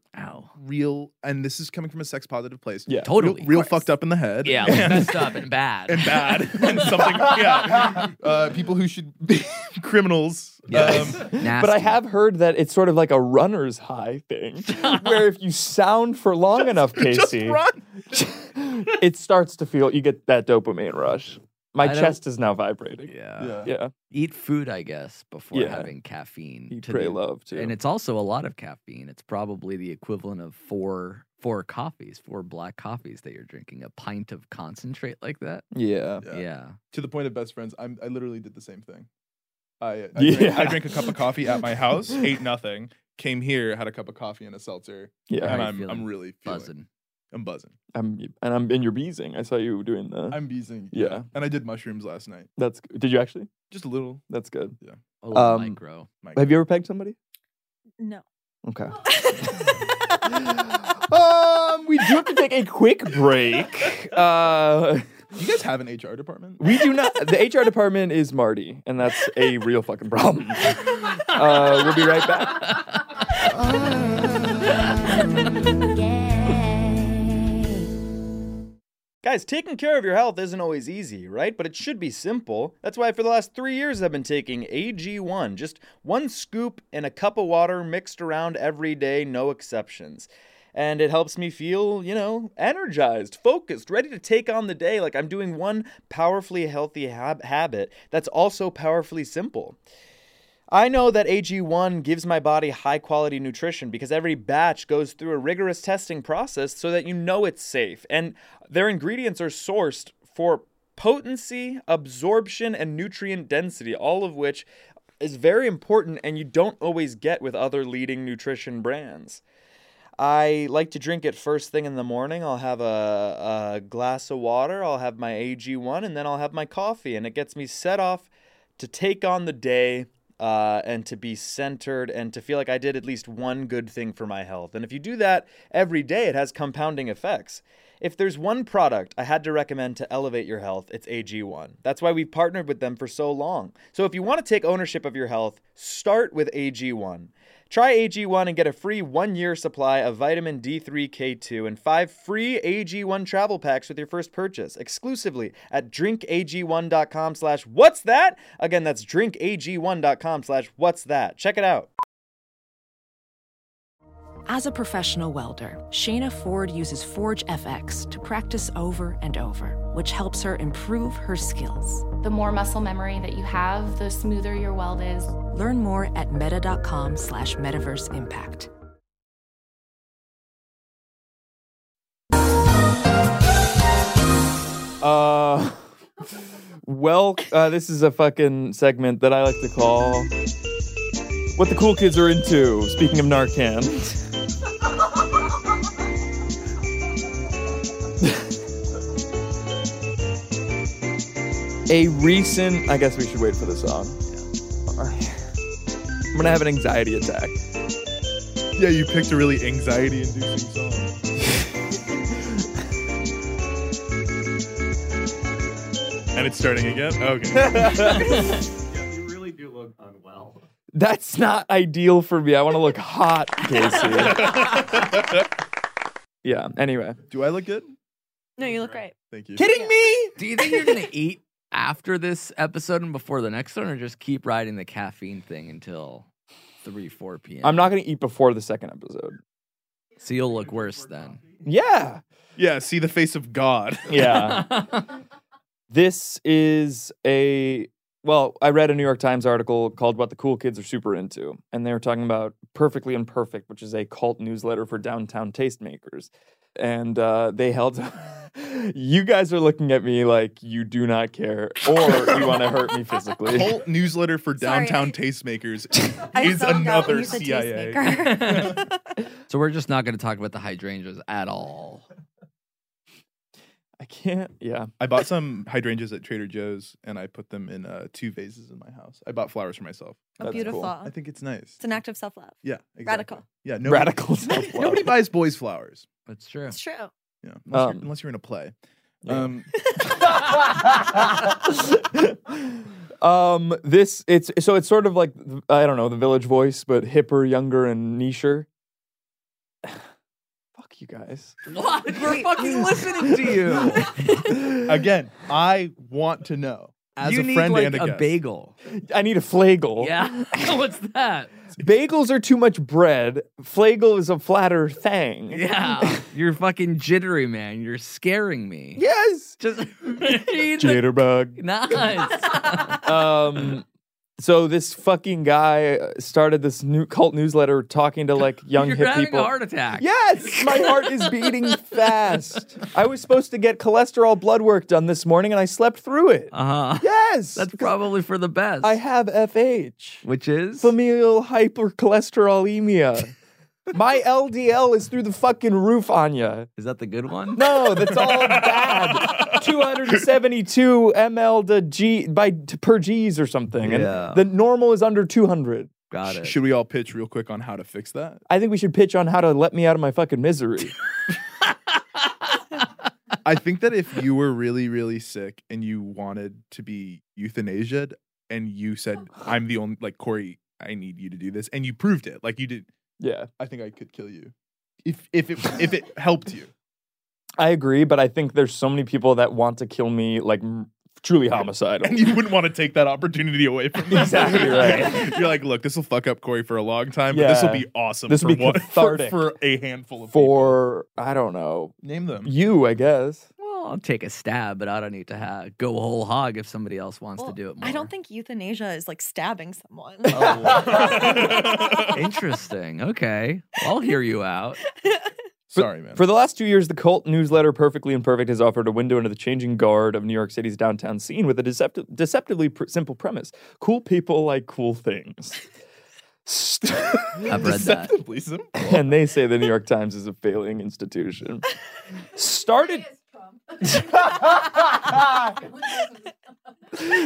[SPEAKER 7] real, and this is coming from a sex positive place.
[SPEAKER 6] Yeah.
[SPEAKER 7] real-
[SPEAKER 6] Totally.
[SPEAKER 7] Real, fucked up in the head.
[SPEAKER 5] Yeah, like messed up and bad.
[SPEAKER 7] And bad. and something. Yeah. Uh, people who should be criminals. um,
[SPEAKER 6] Yes. But I have heard that it's sort of like a runner's high thing, where if you sound for long enough,
[SPEAKER 7] just
[SPEAKER 6] Casey,
[SPEAKER 7] run.
[SPEAKER 6] it starts to feel you get that dopamine rush. My
[SPEAKER 5] I don't-
[SPEAKER 6] chest is now vibrating.
[SPEAKER 5] Yeah.
[SPEAKER 6] yeah.
[SPEAKER 5] Eat food, I guess, before
[SPEAKER 6] Yeah.
[SPEAKER 5] having caffeine.
[SPEAKER 6] Eat,
[SPEAKER 5] to
[SPEAKER 6] pray,
[SPEAKER 5] the-
[SPEAKER 6] love, too.
[SPEAKER 5] And it's also a lot of caffeine. It's probably the equivalent of four four coffees, four black coffees that you're drinking. A pint of concentrate like that.
[SPEAKER 6] Yeah.
[SPEAKER 5] Yeah.
[SPEAKER 7] to the point of best friends, I'm, I literally did the same thing. I, I, drank,
[SPEAKER 6] Yeah.
[SPEAKER 7] I drank a cup of coffee at my house, ate nothing, came here, had a cup of coffee and a seltzer.
[SPEAKER 6] Yeah. How
[SPEAKER 7] and
[SPEAKER 6] you
[SPEAKER 7] I'm,
[SPEAKER 6] feeling?
[SPEAKER 7] I'm really feeling-
[SPEAKER 5] Buzzing.
[SPEAKER 7] I'm buzzing.
[SPEAKER 6] I'm and I'm in your beezing. I saw you doing the.
[SPEAKER 7] I'm beezing.
[SPEAKER 6] Yeah.
[SPEAKER 7] and I did mushrooms last night.
[SPEAKER 6] that's did you actually?
[SPEAKER 7] Just a little.
[SPEAKER 6] That's good.
[SPEAKER 7] Yeah.
[SPEAKER 5] Oh,
[SPEAKER 6] Um,
[SPEAKER 5] micro.
[SPEAKER 6] Have you ever pegged somebody?
[SPEAKER 1] No.
[SPEAKER 6] Okay. um, we do have to take a quick break. Uh,
[SPEAKER 7] You guys have an HR department?
[SPEAKER 6] we do not. The HR department is Marty, and that's a real fucking problem. Uh, we'll be right back.
[SPEAKER 2] Guys, taking care of your health isn't always easy, right? But it should be simple. That's why for the last three years I've been taking AG1, just one scoop in a cup of water mixed around every day, no exceptions. And it helps me feel, you know, energized, focused, ready to take on the day like I'm doing one powerfully healthy hab- habit that's also powerfully simple. I know that AG1 gives my body high quality nutrition because every batch goes through a rigorous testing process so that you know it's safe. And their ingredients are sourced for potency, absorption, and nutrient density, all of which is very important and you don't always get with other leading nutrition brands. I like to drink it first thing in the morning. I'll have a, a glass of water, I'll have my AG1, and then I'll have my coffee, and it gets me set off to take on the day uh, and to be centered and to feel like I did at least one good thing for my health. And if you do that every day, it has compounding effects. If there's one product I had to recommend to elevate your health, it's AG1. That's why we've partnered with them for so long. So if you want to take ownership of your health, start with AG1. Try AG1 and get a free one year supply of vitamin D3K2 and five free AG1 travel packs with your first purchase exclusively at drinkag1.com slash what's that? Again, that's drinkag1.com slash what's that. Check it out.
[SPEAKER 12] As a professional welder, Shayna Ford uses Forge FX to practice over and over, which helps her improve her skills.
[SPEAKER 13] The more muscle memory that you have, the smoother your weld is.
[SPEAKER 12] Learn more at meta.com slash metaverse impact.
[SPEAKER 6] Uh, well, uh, this is a fucking segment that I like to call "What the Cool Kids Are Into." Speaking of Narcan, a recent. I guess we should wait for the song. I'm gonna have an anxiety attack.
[SPEAKER 7] Yeah, you picked a really anxiety inducing song. and it's starting again? Okay.
[SPEAKER 9] you really do look unwell.
[SPEAKER 6] That's not ideal for me. I want to look hot, Casey. yeah. Anyway,
[SPEAKER 7] do I look good?
[SPEAKER 1] No, you look great.
[SPEAKER 7] Thank you.
[SPEAKER 6] Kidding me?
[SPEAKER 5] Do you think you're gonna eat after this episode and before the next one, or just keep riding the caffeine thing until three, four p.m.?
[SPEAKER 6] I'm not gonna eat before the second episode.
[SPEAKER 5] So you'll look worse then.
[SPEAKER 6] Yeah.
[SPEAKER 7] Yeah. See the face of God.
[SPEAKER 6] Yeah. This is a well, I read a New York Times article called What the Cool Kids Are Super Into, and they were talking about Perfectly Imperfect, which is a cult newsletter for downtown tastemakers. And uh, they held, you guys are looking at me like you do not care or you want to hurt me physically.
[SPEAKER 7] Cult newsletter for downtown tastemakers
[SPEAKER 1] I
[SPEAKER 7] is
[SPEAKER 1] zoned out when
[SPEAKER 7] another
[SPEAKER 1] you said
[SPEAKER 7] CIA.
[SPEAKER 5] So we're just not gonna talk about the hydrangeas at all.
[SPEAKER 6] I can't. Yeah.
[SPEAKER 7] I bought some hydrangeas at Trader Joe's and I put them in uh, two vases in my house. I bought flowers for myself.
[SPEAKER 1] Oh, That's beautiful. cool.
[SPEAKER 7] I think it's nice.
[SPEAKER 1] It's an act of self love.
[SPEAKER 7] Yeah. Exactly.
[SPEAKER 1] Radical.
[SPEAKER 7] Yeah. No,
[SPEAKER 6] Radical
[SPEAKER 7] Nobody,
[SPEAKER 6] self-love.
[SPEAKER 7] nobody buys boys flowers.
[SPEAKER 5] That's true.
[SPEAKER 1] It's true.
[SPEAKER 7] Yeah. Unless,
[SPEAKER 6] Um,
[SPEAKER 7] you're, unless you're in a play.
[SPEAKER 6] Yeah.
[SPEAKER 7] Um,
[SPEAKER 6] um, this it's so it's sort of like I don't know the Village Voice, but hipper, younger, and nicher. Fuck you guys.
[SPEAKER 5] What? We're fucking listening to you.
[SPEAKER 7] again, I want to know as
[SPEAKER 5] you
[SPEAKER 7] a
[SPEAKER 5] need
[SPEAKER 7] friend
[SPEAKER 5] like
[SPEAKER 7] and a,
[SPEAKER 5] a
[SPEAKER 7] guest.
[SPEAKER 5] bagel.
[SPEAKER 6] I need a flagel.
[SPEAKER 5] Yeah. What's that?
[SPEAKER 6] Bagels are too much bread. Flagel is a flatter thing.
[SPEAKER 5] Yeah. You're fucking jittery, man. You're scaring me.
[SPEAKER 6] Yes.
[SPEAKER 5] Just
[SPEAKER 6] Jitterbug.
[SPEAKER 5] nice.
[SPEAKER 6] um so this fucking guy started this new cult newsletter talking to like young
[SPEAKER 5] You're
[SPEAKER 6] hip
[SPEAKER 5] having
[SPEAKER 6] people
[SPEAKER 5] a heart attack.
[SPEAKER 6] yes my heart is beating fast i was supposed to get cholesterol blood work done this morning and i slept through it
[SPEAKER 5] Uh huh.
[SPEAKER 6] yes
[SPEAKER 5] That's probably for the best.
[SPEAKER 6] i have fh
[SPEAKER 5] Which is
[SPEAKER 6] familial hypercholesterolemia my ldl is through the fucking roof anya
[SPEAKER 5] is that the good one?
[SPEAKER 6] no, that's all bad. 272 ml to G by to, per G's or something. And
[SPEAKER 5] Yeah.
[SPEAKER 6] the normal is under 200.
[SPEAKER 5] Got it.
[SPEAKER 7] Should we all pitch real quick on how to fix that?
[SPEAKER 6] I think we should pitch on how to let me out of my fucking misery.
[SPEAKER 7] I think that if you were really, really sick and you wanted to be euthanasiaed and you said,
[SPEAKER 1] Oh.
[SPEAKER 7] I'm the only, like, Corey, I need you to do this, and you proved it, like, you did,
[SPEAKER 6] yeah,
[SPEAKER 7] I think I could kill you. If, if it if it helped you,
[SPEAKER 6] I agree, but I think there's so many people that want to kill me like m- truly homicidal.
[SPEAKER 7] and you wouldn't want to take that opportunity away from me.
[SPEAKER 6] Exactly right.
[SPEAKER 7] You're like, look, this will fuck up Corey for a long time, but this will
[SPEAKER 6] Yeah.
[SPEAKER 7] be awesome.
[SPEAKER 6] This
[SPEAKER 7] for
[SPEAKER 6] will be
[SPEAKER 7] one- for-
[SPEAKER 6] cathartic.
[SPEAKER 7] for, a handful of Mm.
[SPEAKER 6] For, I don't know,
[SPEAKER 7] people. Name them.
[SPEAKER 6] you, I guess.
[SPEAKER 5] Well, I'll take a stab, but I don't need to ha- go whole hog if somebody else wants
[SPEAKER 1] Well,
[SPEAKER 5] to do it more.
[SPEAKER 1] I don't think euthanasia is like stabbing someone.
[SPEAKER 7] Oh,
[SPEAKER 5] Interesting. Okay. Well, I'll hear you out.
[SPEAKER 7] Sorry, man.
[SPEAKER 6] For the last two years, the cult newsletter Perfectly Imperfect has offered a window into the changing guard of New York City's downtown scene with a decepti- deceptively pr- simple premise cool people like cool things. St-
[SPEAKER 5] I've read that.
[SPEAKER 7] Deceptively simple.
[SPEAKER 6] and they say the New York Times is a failing institution. Started.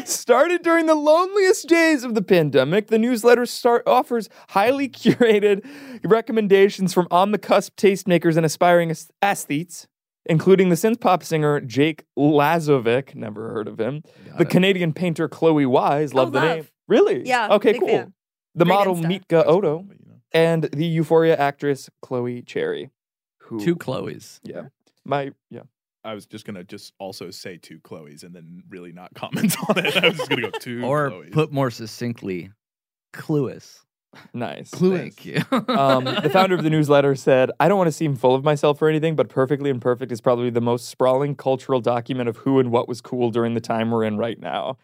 [SPEAKER 6] Started during the loneliest days of the pandemic, the newsletter start offers highly curated recommendations from on the cusp tastemakers and aspiring aes- aesthetes, including the synth pop singer Jake Lazovic, never heard of him, the Canadian painter Chloe Wise, love the
[SPEAKER 1] Oh, love.
[SPEAKER 6] name. Really?
[SPEAKER 1] Yeah,
[SPEAKER 6] Okay,
[SPEAKER 1] big
[SPEAKER 6] cool.
[SPEAKER 1] fan.
[SPEAKER 6] The
[SPEAKER 1] Great
[SPEAKER 6] model
[SPEAKER 1] Insta.
[SPEAKER 6] Mitka uh, Odo and the Euphoria actress Chloe Cherry. Who,
[SPEAKER 5] Two Chloes.
[SPEAKER 6] Yeah. My, yeah.
[SPEAKER 7] I was just gonna just also say two Chloe's and then really not comment on it. I was just gonna go two
[SPEAKER 5] Or
[SPEAKER 7] Chloe's.
[SPEAKER 5] put more succinctly, clueless.
[SPEAKER 6] Nice.
[SPEAKER 5] Thank you.
[SPEAKER 6] um, the founder of the newsletter said, I don't want to seem full of myself or anything, but Perfectly Imperfect is probably the most sprawling cultural document of who and what was cool during the time we're in right now.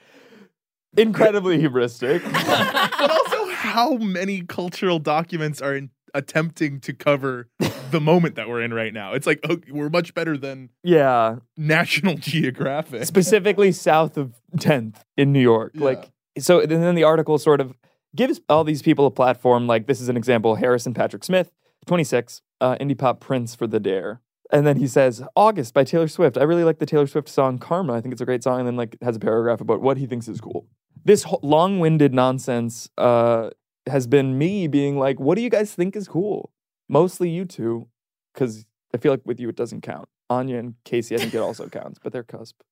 [SPEAKER 6] Incredibly hubristic.
[SPEAKER 7] but also how many cultural documents are in, attempting to cover the moment that we're in right now? It's like oh, we're much better than
[SPEAKER 6] Yeah.
[SPEAKER 7] National Geographic.
[SPEAKER 6] Specifically south of 10th in New York. Like, so and then the article sort of gives all these people a platform. Like, this is an example Harrison Patrick Smith, 26, uh, indie pop prince for the dare. And then he says, August by Taylor Swift. I really like the Taylor Swift song Karma. I think it's a great song. And then, like, has a paragraph about what he thinks is cool. This ho- long winded nonsense uh, has been me being like, what do you guys think is cool? Mostly you two, because I feel like with you it doesn't count. Anya and Casey, I think it also counts, but they're cusp.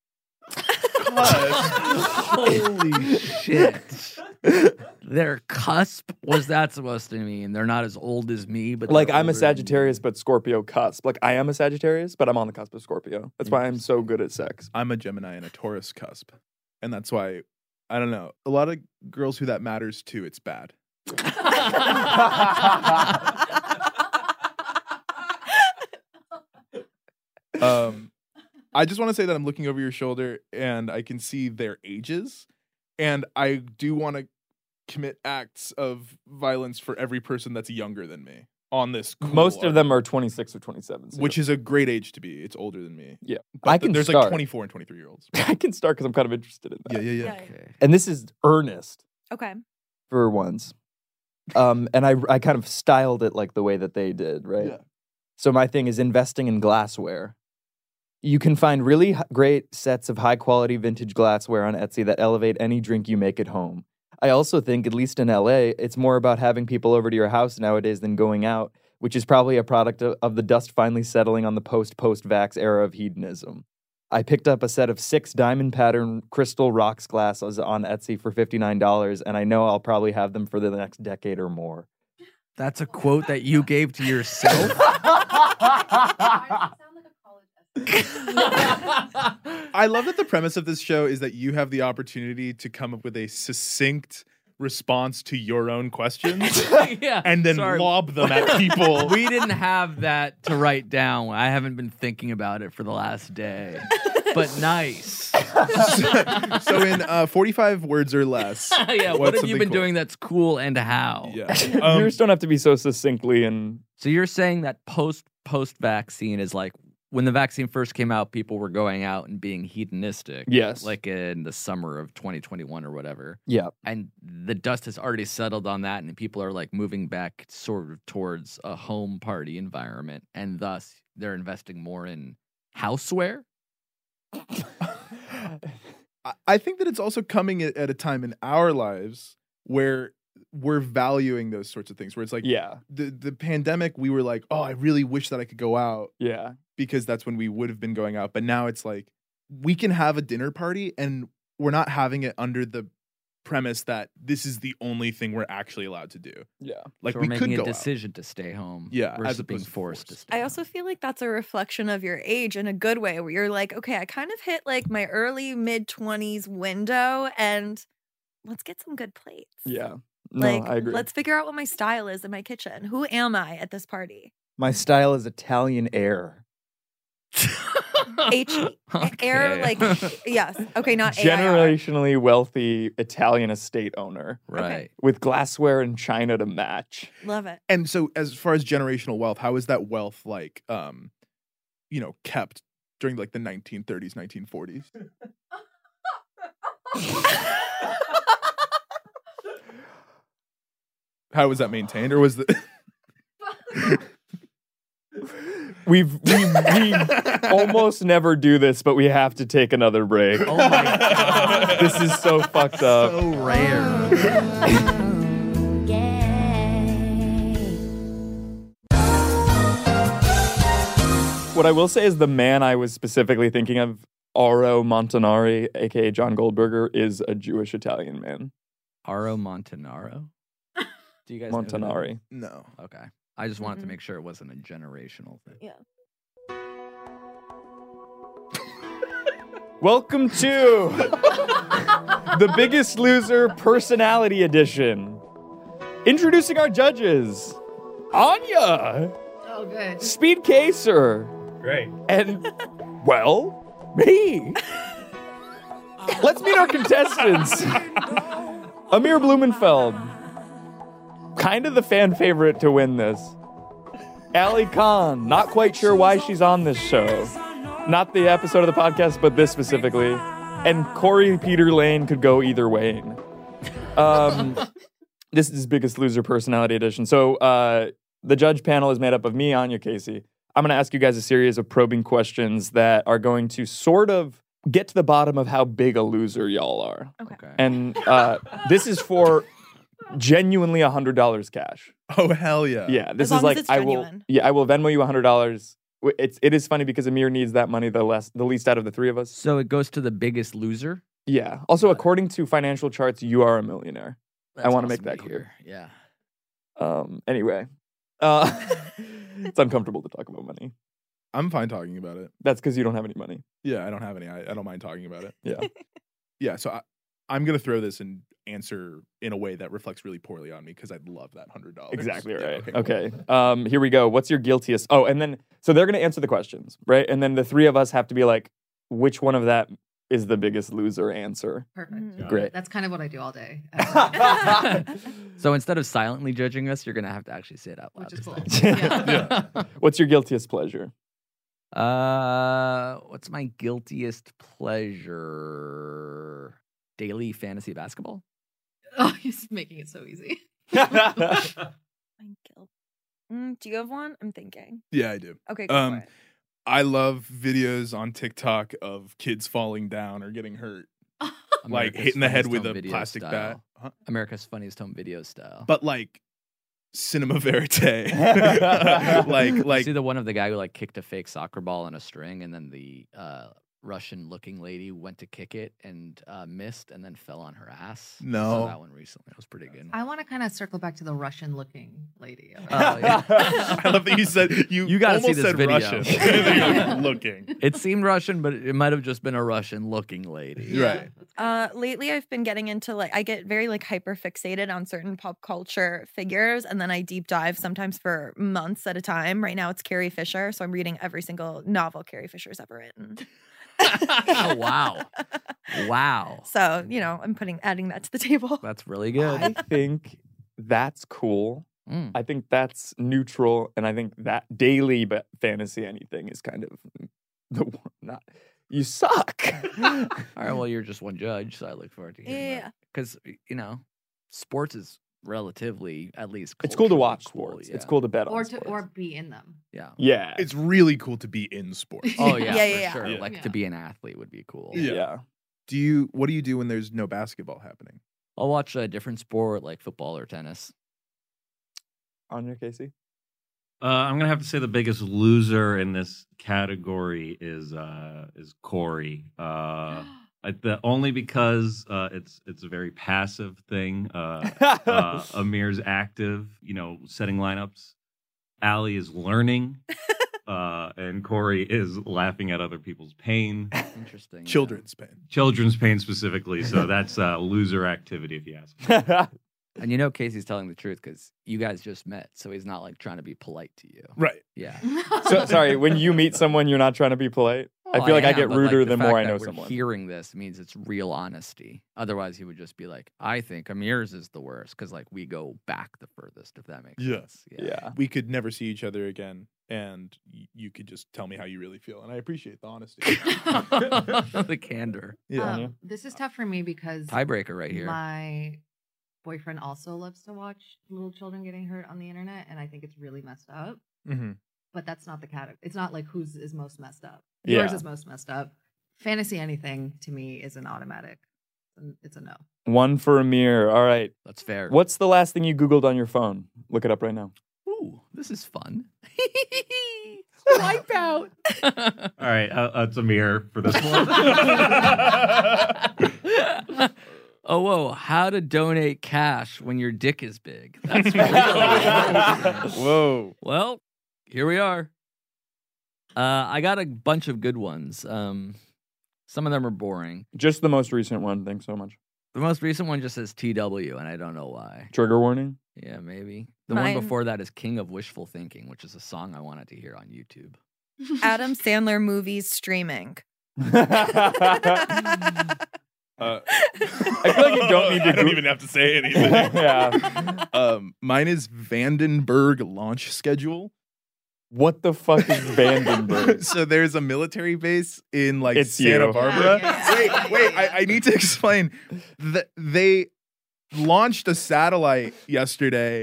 [SPEAKER 5] Holy shit. Their cusp was that supposed to mean? They're not as old as me, but
[SPEAKER 6] like
[SPEAKER 5] they're
[SPEAKER 6] I'm a
[SPEAKER 5] older than
[SPEAKER 6] Sagittarius, but Scorpio cusp. Like I am a Sagittarius, but I'm on the cusp of Scorpio. That's why I'm so good at sex.
[SPEAKER 7] I'm a Gemini and a Taurus cusp, and that's why I don't know a lot of girls who that matters to. It's bad. um, I just want to say that I'm looking over your shoulder and I can see their ages, and I do want to commit acts of violence for every person that's younger than me on this. Cool
[SPEAKER 6] Most of
[SPEAKER 7] art,
[SPEAKER 6] them are 26 or 27, so-
[SPEAKER 7] which is a great age to be. It's older than me.
[SPEAKER 6] Yeah,
[SPEAKER 7] but
[SPEAKER 6] I
[SPEAKER 7] th-
[SPEAKER 6] can
[SPEAKER 7] There's
[SPEAKER 6] start.
[SPEAKER 7] like 24 and 23 year olds.
[SPEAKER 6] I can start because I'm kind of interested in that.
[SPEAKER 7] yeah, yeah.
[SPEAKER 6] And this is earnest
[SPEAKER 1] Okay.
[SPEAKER 6] for once.
[SPEAKER 3] um, and I, I kind of styled it like the way that they did, right?
[SPEAKER 6] Yeah.
[SPEAKER 3] So my thing is investing in glassware. You can find really h- great sets of high quality vintage glassware on Etsy that elevate any drink you make at home. I also think, at least in LA, it's more about having people over to your house nowadays than going out, which is probably a product of, of the dust finally settling on the post post vax era of hedonism. I picked up a set of six diamond pattern crystal rocks glasses on Etsy for $59, and I know I'll probably have them for the next decade or more.
[SPEAKER 5] That's a quote that you gave to yourself.
[SPEAKER 7] I love that the premise of this show is that you have the opportunity to come up with a succinct response to your own questions
[SPEAKER 5] yeah,
[SPEAKER 7] and then
[SPEAKER 5] sorry.
[SPEAKER 7] lob them at people.
[SPEAKER 5] we didn't have that to write down. I haven't been thinking about it for the last day. But nice.
[SPEAKER 7] so in uh, 45 words or less.
[SPEAKER 5] yeah, what
[SPEAKER 7] what's
[SPEAKER 5] have you
[SPEAKER 7] something
[SPEAKER 5] been
[SPEAKER 7] cool?
[SPEAKER 5] doing that's cool and how?
[SPEAKER 7] Yeah.
[SPEAKER 3] Um,
[SPEAKER 6] Yours don't have to be so succinctly and
[SPEAKER 5] So you're saying that post post vaccine is like when the vaccine first came out, people were going out and being hedonistic.
[SPEAKER 6] Yes.
[SPEAKER 5] Like in the summer of 2021 or whatever.
[SPEAKER 3] Yeah.
[SPEAKER 5] And the dust has already settled on that, and people are like moving back sort of towards a home party environment, and thus they're investing more in houseware.
[SPEAKER 7] I- I think that it's also coming at, at a time in our lives where we're valuing those sorts of things where it's like
[SPEAKER 6] Yeah.
[SPEAKER 7] the the pandemic we were like oh I really wish that I could go out
[SPEAKER 6] yeah.
[SPEAKER 7] because that's when we would have been going out but now it's like we can have a dinner party and we're not having it under the premise that this is the only thing we're actually allowed to do
[SPEAKER 6] Yeah.
[SPEAKER 7] like
[SPEAKER 5] So
[SPEAKER 7] we
[SPEAKER 5] we're
[SPEAKER 7] could
[SPEAKER 5] making
[SPEAKER 7] go
[SPEAKER 5] a
[SPEAKER 7] out.
[SPEAKER 5] decision to stay home.
[SPEAKER 7] Yeah, as
[SPEAKER 5] versus being
[SPEAKER 7] opposed to
[SPEAKER 5] forced to stay.
[SPEAKER 1] I also feel like that's a reflection of your age in a good way, where you're like, okay, I kind of hit like my early mid 20s window and let's get some good plates.
[SPEAKER 6] Yeah. No,
[SPEAKER 1] Like,
[SPEAKER 6] I agree.
[SPEAKER 1] let's figure out what my style is in my kitchen. Who am I at this party?
[SPEAKER 3] My style is Italian air.
[SPEAKER 1] H E air,
[SPEAKER 6] Okay.
[SPEAKER 1] like, E yes. Okay, not AIR.
[SPEAKER 6] Generationally wealthy Italian estate owner.
[SPEAKER 5] Right.
[SPEAKER 6] With glassware and china to match.
[SPEAKER 1] Love it.
[SPEAKER 7] and so as far as generational wealth how is that wealth like um you know kept during like the 1930s 1940s how was that maintained or was the
[SPEAKER 6] We've we, we almost never do this, but we have to take another break. Oh my god, this is so fucked up. So rare. what I will say is the man I was specifically thinking of, Aro Montanari, aka John Goldberger, is a Jewish Italian man.
[SPEAKER 5] Aro Montanaro? Do you guys know who that is?
[SPEAKER 6] Montanari.
[SPEAKER 7] No.
[SPEAKER 5] Okay. I just wanted
[SPEAKER 1] Mhm.
[SPEAKER 5] to make sure it wasn't a generational thing.
[SPEAKER 1] Yeah.
[SPEAKER 6] Welcome to the Biggest Loser Personality Edition. Introducing our judges, Anya,
[SPEAKER 10] Oh, good.
[SPEAKER 6] Speed Caser,
[SPEAKER 4] Great.
[SPEAKER 6] and well, me. Let's meet our contestants. Amir Blumenfeld, kind of the fan favorite to win this. Ali Khan, not quite sure why she's on this show. Not the episode of the podcast, but this specifically. And Corey Peter Lane could go either way. Um, this is Biggest Loser Personality Edition. So uh, the judge panel is made up of me, Anya Casey. I'm going to ask you guys a series of probing questions that are going to sort of get to the bottom of how big a loser y'all are.
[SPEAKER 1] Okay.
[SPEAKER 6] And uh, this is for genuinely $100 cash.
[SPEAKER 7] Oh hell yeah.
[SPEAKER 6] Yeah, this is
[SPEAKER 7] long as
[SPEAKER 6] like
[SPEAKER 7] it's
[SPEAKER 6] I will.
[SPEAKER 7] genuine.
[SPEAKER 6] Yeah, I will Venmo you hundred dollars. It's it is funny because Amir needs that money the less the least out of the three of us.
[SPEAKER 5] So it goes to the biggest loser.
[SPEAKER 6] Yeah. Also, according to financial charts, you are a millionaire. I
[SPEAKER 5] That's
[SPEAKER 6] want to make
[SPEAKER 5] awesome
[SPEAKER 6] that
[SPEAKER 5] to
[SPEAKER 6] clear.
[SPEAKER 5] Yeah.
[SPEAKER 6] Um. Anyway, uh, it's uncomfortable to talk about money.
[SPEAKER 7] I'm fine talking about it.
[SPEAKER 6] That's because you don't have any money.
[SPEAKER 7] Yeah, I don't have any. I, I don't mind talking about it.
[SPEAKER 6] Yeah.
[SPEAKER 7] yeah. So I, I'm gonna throw this and answer in a way that reflects really poorly on me because I'd love that hundred dollars.
[SPEAKER 6] Exactly
[SPEAKER 7] Oh, Yeah,
[SPEAKER 6] right.
[SPEAKER 7] okay, cool.
[SPEAKER 6] okay. Um. Here we go. What's your guiltiest? Oh, and then so they're gonna answer the questions, right? And then the three of us have to be like, which one of that is the biggest loser answer?
[SPEAKER 1] Mm. Mm-hmm.
[SPEAKER 10] Perfect.
[SPEAKER 6] Great.
[SPEAKER 10] That's kind of what I do all day.
[SPEAKER 5] So instead of silently judging us, you're gonna have to actually say it out loud.
[SPEAKER 10] Which is cool.
[SPEAKER 6] What's your guiltiest pleasure?
[SPEAKER 5] Uh, what's my guiltiest pleasure? Daily fantasy basketball.
[SPEAKER 10] Oh, he's making it so easy.
[SPEAKER 1] Mm, do you have one? I'm thinking.
[SPEAKER 7] Yeah, I do.
[SPEAKER 1] Okay, go
[SPEAKER 7] Um, I love videos on TikTok of kids falling down or getting hurt, like
[SPEAKER 5] America's
[SPEAKER 7] hitting the head
[SPEAKER 5] Funniest
[SPEAKER 7] with
[SPEAKER 5] Home
[SPEAKER 7] a
[SPEAKER 5] Video
[SPEAKER 7] plastic
[SPEAKER 5] style.
[SPEAKER 7] bat.
[SPEAKER 5] America's funniest home video style.
[SPEAKER 7] But like cinema verite,
[SPEAKER 5] You
[SPEAKER 7] like like
[SPEAKER 5] see the one of the guy who like kicked a fake soccer ball on a string, and then the uh, Russian-looking lady went to kick it and uh, missed, and then fell on her ass. I saw
[SPEAKER 7] No.
[SPEAKER 5] that one recently. It was pretty good.
[SPEAKER 10] I want to kind of circle back to the Russian looking lady.
[SPEAKER 5] Oh, yeah.
[SPEAKER 7] I love that you said you.
[SPEAKER 5] You gotta
[SPEAKER 7] almost
[SPEAKER 5] see this
[SPEAKER 7] said
[SPEAKER 5] video.
[SPEAKER 7] Russian. You're looking.
[SPEAKER 5] It seemed Russian, but it might have just been a Russian-looking lady.
[SPEAKER 7] Right.
[SPEAKER 1] Uh, lately, I've been getting into like I get very like hyper fixated on certain pop culture figures, and then I deep dive sometimes for months at a time. Right now, it's Carrie Fisher, so I'm reading every single novel Carrie Fisher's ever written.
[SPEAKER 5] Oh, wow. Wow.
[SPEAKER 1] So you know, I'm putting adding that to the table.
[SPEAKER 5] That's really good. Mm.
[SPEAKER 6] I think that's cool. I think that's neutral, and I think that daily but fantasy anything is kind of the one. Not you suck.
[SPEAKER 5] All right. Well, you're just one judge, so I look forward to hearing
[SPEAKER 1] Yeah.
[SPEAKER 5] Because you know, sports is relatively at least.
[SPEAKER 6] It's cool to
[SPEAKER 5] culturally
[SPEAKER 6] watch
[SPEAKER 5] cool,
[SPEAKER 6] sports. It's
[SPEAKER 5] yeah.
[SPEAKER 6] cool to bet on.
[SPEAKER 10] or, to, or be in them.
[SPEAKER 5] Yeah.
[SPEAKER 6] Yeah.
[SPEAKER 7] It's really cool to be in sports.
[SPEAKER 5] Oh yeah.
[SPEAKER 10] Yeah,
[SPEAKER 5] yeah,
[SPEAKER 10] yeah, yeah.
[SPEAKER 5] Sure.
[SPEAKER 7] Yeah.
[SPEAKER 5] Like to be an athlete would be cool.
[SPEAKER 7] Yeah. Do you? What do you do when there's no basketball happening?
[SPEAKER 5] I'll watch a different sport like football or tennis.
[SPEAKER 6] On your Casey.
[SPEAKER 4] Uh, I'm gonna have to say the biggest loser in this category is uh, is Corey. Uh, I- the, only because uh, it's it's a very passive thing. Uh, uh, Amir's active, you know, setting lineups. Ali is learning, uh, and Corey is laughing at other people's pain,
[SPEAKER 5] Interesting.
[SPEAKER 7] Children's pain.
[SPEAKER 4] children's pain specifically. So that's uh, loser activity, if you ask. me.
[SPEAKER 5] uh, And you know Casey's telling the truth because you guys just met, so he's not like trying to be polite to you.
[SPEAKER 7] Right.
[SPEAKER 5] Yeah.
[SPEAKER 6] So, sorry, when you meet someone, you're not trying to be polite. I feel like I,
[SPEAKER 5] Oh, am,
[SPEAKER 6] get
[SPEAKER 5] but,
[SPEAKER 6] ruder
[SPEAKER 5] the
[SPEAKER 6] the more
[SPEAKER 5] fact
[SPEAKER 6] I
[SPEAKER 5] that
[SPEAKER 6] know
[SPEAKER 5] we're
[SPEAKER 6] someone.
[SPEAKER 5] Hearing this means it's real honesty. Otherwise, he would just be like, "I think Amir's is the worst because like we go back the furthest." If that makes
[SPEAKER 7] Yeah.
[SPEAKER 5] sense.
[SPEAKER 6] Yeah.
[SPEAKER 7] We could never see each other again, and y- you could just tell me how you really feel, and I appreciate the honesty.
[SPEAKER 5] the candor.
[SPEAKER 7] Yeah.
[SPEAKER 10] Um, this is tough for me because
[SPEAKER 5] Tiebreaker right here.
[SPEAKER 10] My boyfriend also loves to watch little children getting hurt on the internet, and I think it's really messed up.
[SPEAKER 7] mm-hmm.
[SPEAKER 10] but that's not the category. It's not like whose is most messed up.
[SPEAKER 6] Yeah.
[SPEAKER 10] Yours is most messed up. Fantasy anything to me is an automatic. It's a no.
[SPEAKER 6] One for Amir. All right.
[SPEAKER 5] That's fair.
[SPEAKER 6] What's the last thing you Googled on your phone? Look it up right now.
[SPEAKER 5] Ooh, this is fun.
[SPEAKER 10] Wipeout.
[SPEAKER 4] All right, uh, uh, it's a mirror for this one.
[SPEAKER 5] Oh, whoa. How to donate cash when your dick is big. That's really
[SPEAKER 6] Whoa.
[SPEAKER 5] Well, here we are. Uh, I got a bunch of good ones. Um, some of them are boring.
[SPEAKER 6] Just the most recent one. Thanks so much.
[SPEAKER 5] The most recent one just says TW, and I don't know why.
[SPEAKER 6] Trigger warning.
[SPEAKER 5] Yeah, maybe. The
[SPEAKER 1] Mine-
[SPEAKER 5] one before that is King of Wishful Thinking, which is a song I wanted to hear on YouTube.
[SPEAKER 1] Adam Sandler movies streaming.
[SPEAKER 7] Uh,
[SPEAKER 6] I feel like you don't need to
[SPEAKER 7] I don't
[SPEAKER 6] Goo-
[SPEAKER 7] even have to say anything.
[SPEAKER 6] yeah.
[SPEAKER 7] Um, mine is Vandenberg launch schedule.
[SPEAKER 6] What the fuck is Vandenberg?
[SPEAKER 7] so there's a military base in like
[SPEAKER 6] It's
[SPEAKER 7] Santa
[SPEAKER 6] you.
[SPEAKER 7] Barbara.
[SPEAKER 10] Yeah.
[SPEAKER 7] Wait, wait, I, I need to explain. Th- they launched a satellite yesterday.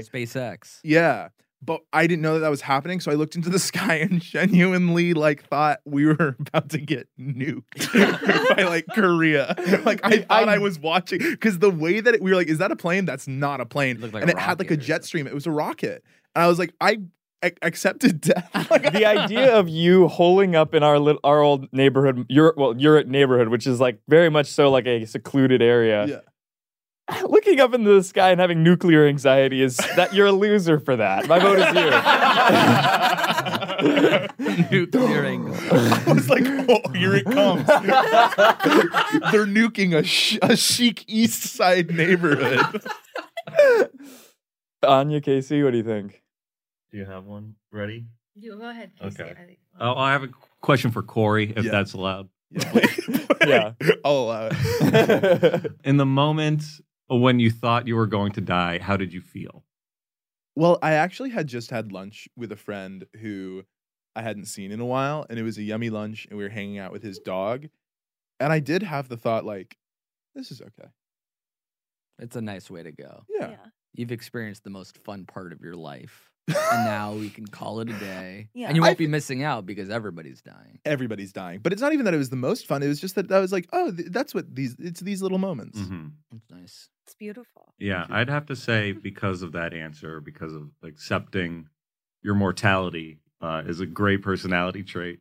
[SPEAKER 5] SpaceX.
[SPEAKER 7] Yeah. But I didn't know that that was happening, so I looked into the sky and genuinely like thought we were about to get nuked by like Korea. Like I thought I, was watching because the way that it, we were like, is that a plane? That's not a plane.
[SPEAKER 5] like
[SPEAKER 7] and
[SPEAKER 5] a
[SPEAKER 7] it had like a
[SPEAKER 5] rocket or
[SPEAKER 7] jet stream. It was a rocket, and I was like, I ac- accepted death. Like,
[SPEAKER 6] the idea of you holing up in our little, our old neighborhood, your well, your neighborhood, which is like very much so like a secluded area. Looking up into the sky and having nuclear anxiety is that you're a loser for that. My vote is you.
[SPEAKER 5] Nuclear anxiety.
[SPEAKER 7] I was like, oh, here it comes. They're nuking a, sh- a chic East Side neighborhood.
[SPEAKER 6] Anya Casey, what do you think?
[SPEAKER 4] Do you have one ready?
[SPEAKER 10] You go ahead. Casey.
[SPEAKER 4] Okay.
[SPEAKER 10] I think-
[SPEAKER 4] Oh, I have a question for Corey, if
[SPEAKER 7] Yeah.
[SPEAKER 4] that's allowed.
[SPEAKER 6] Yeah.
[SPEAKER 7] I'll allow it.
[SPEAKER 4] In the moment when you thought you were going to die, how did you feel?
[SPEAKER 7] Well, I actually had just had lunch with a friend who I hadn't seen in a while, and it was a yummy lunch, and we were hanging out with his dog. And I did have the thought, like, this is okay.
[SPEAKER 5] It's a nice way to go.
[SPEAKER 7] Yeah.
[SPEAKER 5] You've experienced the most fun part of your life. and now we can call it a day.
[SPEAKER 1] Yeah.
[SPEAKER 5] And you won't
[SPEAKER 7] I
[SPEAKER 5] be missing out because everybody's dying.
[SPEAKER 7] Everybody's dying. But it's not even that it was the most fun. It was just that I was like, oh, th- that's what these, it's these little moments.
[SPEAKER 4] Mhm.
[SPEAKER 5] That's nice.
[SPEAKER 1] It's beautiful.
[SPEAKER 4] Yeah, I'd have to say because of that answer, because of accepting your mortality uh, is a great personality trait.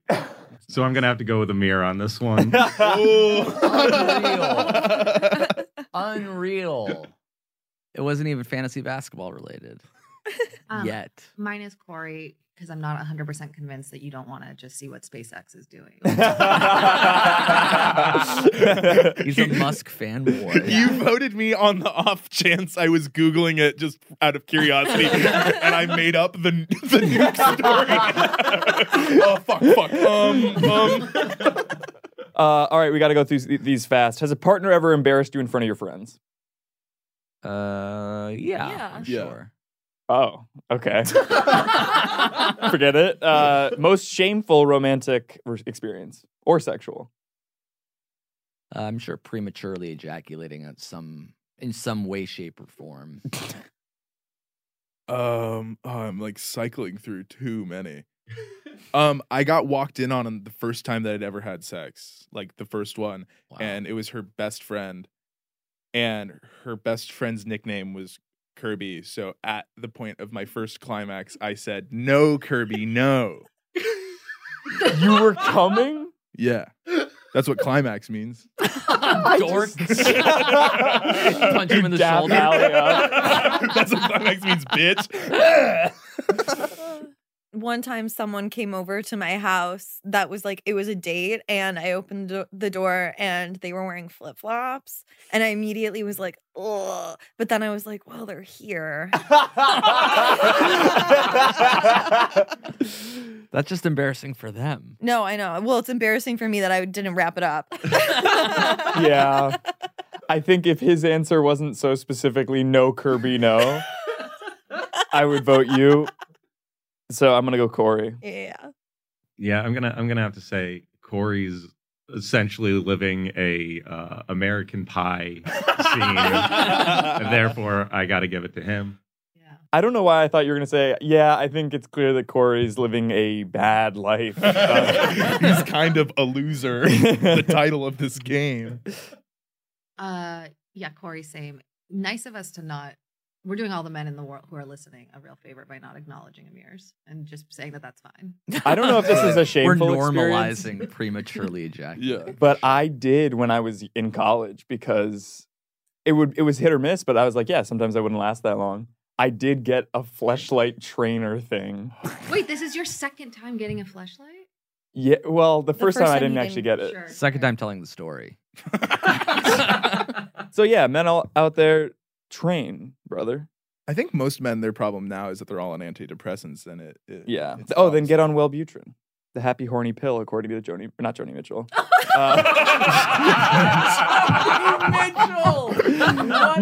[SPEAKER 4] so I'm gonna have to go with Amir on this
[SPEAKER 6] Mm-hmm.
[SPEAKER 4] one.
[SPEAKER 5] Unreal. It wasn't even fantasy basketball related
[SPEAKER 10] Um,
[SPEAKER 5] yet.
[SPEAKER 10] Mine is Corey because I'm not 100% convinced that you don't want to just see what SpaceX is doing.
[SPEAKER 5] He's a Musk fanboy.
[SPEAKER 7] You voted me on the off chance I was Googling it just out of curiosity, and I made up the, the nuke story. oh, fuck, fuck. Um, um.
[SPEAKER 6] Uh, all right, we got to go through th- these fast. Has a partner ever embarrassed you in front of your friends?
[SPEAKER 5] Uh, yeah,
[SPEAKER 1] Yeah.
[SPEAKER 5] I'm
[SPEAKER 7] Yeah.
[SPEAKER 5] sure.
[SPEAKER 6] Oh, okay.
[SPEAKER 7] um.
[SPEAKER 6] Forget it. Uh, most shameful romantic re- experience or sexual.
[SPEAKER 5] Uh, I'm sure prematurely ejaculating at some in some way, shape, or form.
[SPEAKER 7] Um, oh, I'm like cycling through too many. Um, I got walked in on the first time that I'd ever had sex, like the first one,
[SPEAKER 5] Wow.
[SPEAKER 7] and it was her best friend, and her best friend's nickname was Kirby. So at the point of my first climax, I said, "No, Kirby, no."
[SPEAKER 6] You were coming?
[SPEAKER 7] Yeah, that's what climax means.
[SPEAKER 5] Dork. Punch him in the
[SPEAKER 6] Dab
[SPEAKER 5] shoulder.
[SPEAKER 6] alley up.
[SPEAKER 7] that's what climax means, bitch.
[SPEAKER 1] One time, someone came over to my house that was like, it was a date, and I opened the- the door and they were wearing flip flops. And I immediately was like, oh, but then I was like, well, they're here.
[SPEAKER 5] That's just embarrassing for them.
[SPEAKER 1] No, I know. Well, it's embarrassing for me that I didn't wrap it up.
[SPEAKER 6] yeah. I think if his answer wasn't so specifically no Kirby, no, I would vote you. So I'm gonna go Corey.
[SPEAKER 1] yeah.
[SPEAKER 4] Yeah, I'm gonna I'm gonna have to say Corey's essentially living a uh, American Pie scene, and therefore I got to give it to him.
[SPEAKER 10] yeah.
[SPEAKER 6] I don't know why I thought you were going to say, yeah, I think it's clear that Corey's living a bad life. Um,
[SPEAKER 7] He's kind of a loser. the title of this game.
[SPEAKER 10] Uh, yeah, Corey, same. Nice of us to not. We're doing all the men in the world who are listening a real favor by not acknowledging Amir's and just saying that that's fine.
[SPEAKER 6] I don't know if this is a shameful
[SPEAKER 5] We're
[SPEAKER 6] experience.
[SPEAKER 5] normalizing prematurely ejaculate.
[SPEAKER 6] but I did when I was in college because it would it was hit or miss, but I was like, yeah, sometimes I wouldn't last that long. I did get a fleshlight trainer thing.
[SPEAKER 10] Wait, this is your second time getting a flashlight?
[SPEAKER 6] Yeah, well, the,
[SPEAKER 10] The
[SPEAKER 6] first,
[SPEAKER 10] first
[SPEAKER 6] time I
[SPEAKER 10] time you
[SPEAKER 6] didn't actually
[SPEAKER 10] didn't-
[SPEAKER 6] get it.
[SPEAKER 10] sure,
[SPEAKER 5] Second time telling the story.
[SPEAKER 6] So yeah, men all out there train, brother.
[SPEAKER 7] I think most men, their problem now is that they're all on antidepressants, and it, it
[SPEAKER 6] Yeah.
[SPEAKER 7] it's
[SPEAKER 6] oh, then get on Wellbutrin, the happy horny pill, according to Joni, not Joni Mitchell. Uh,
[SPEAKER 5] Mitchell! What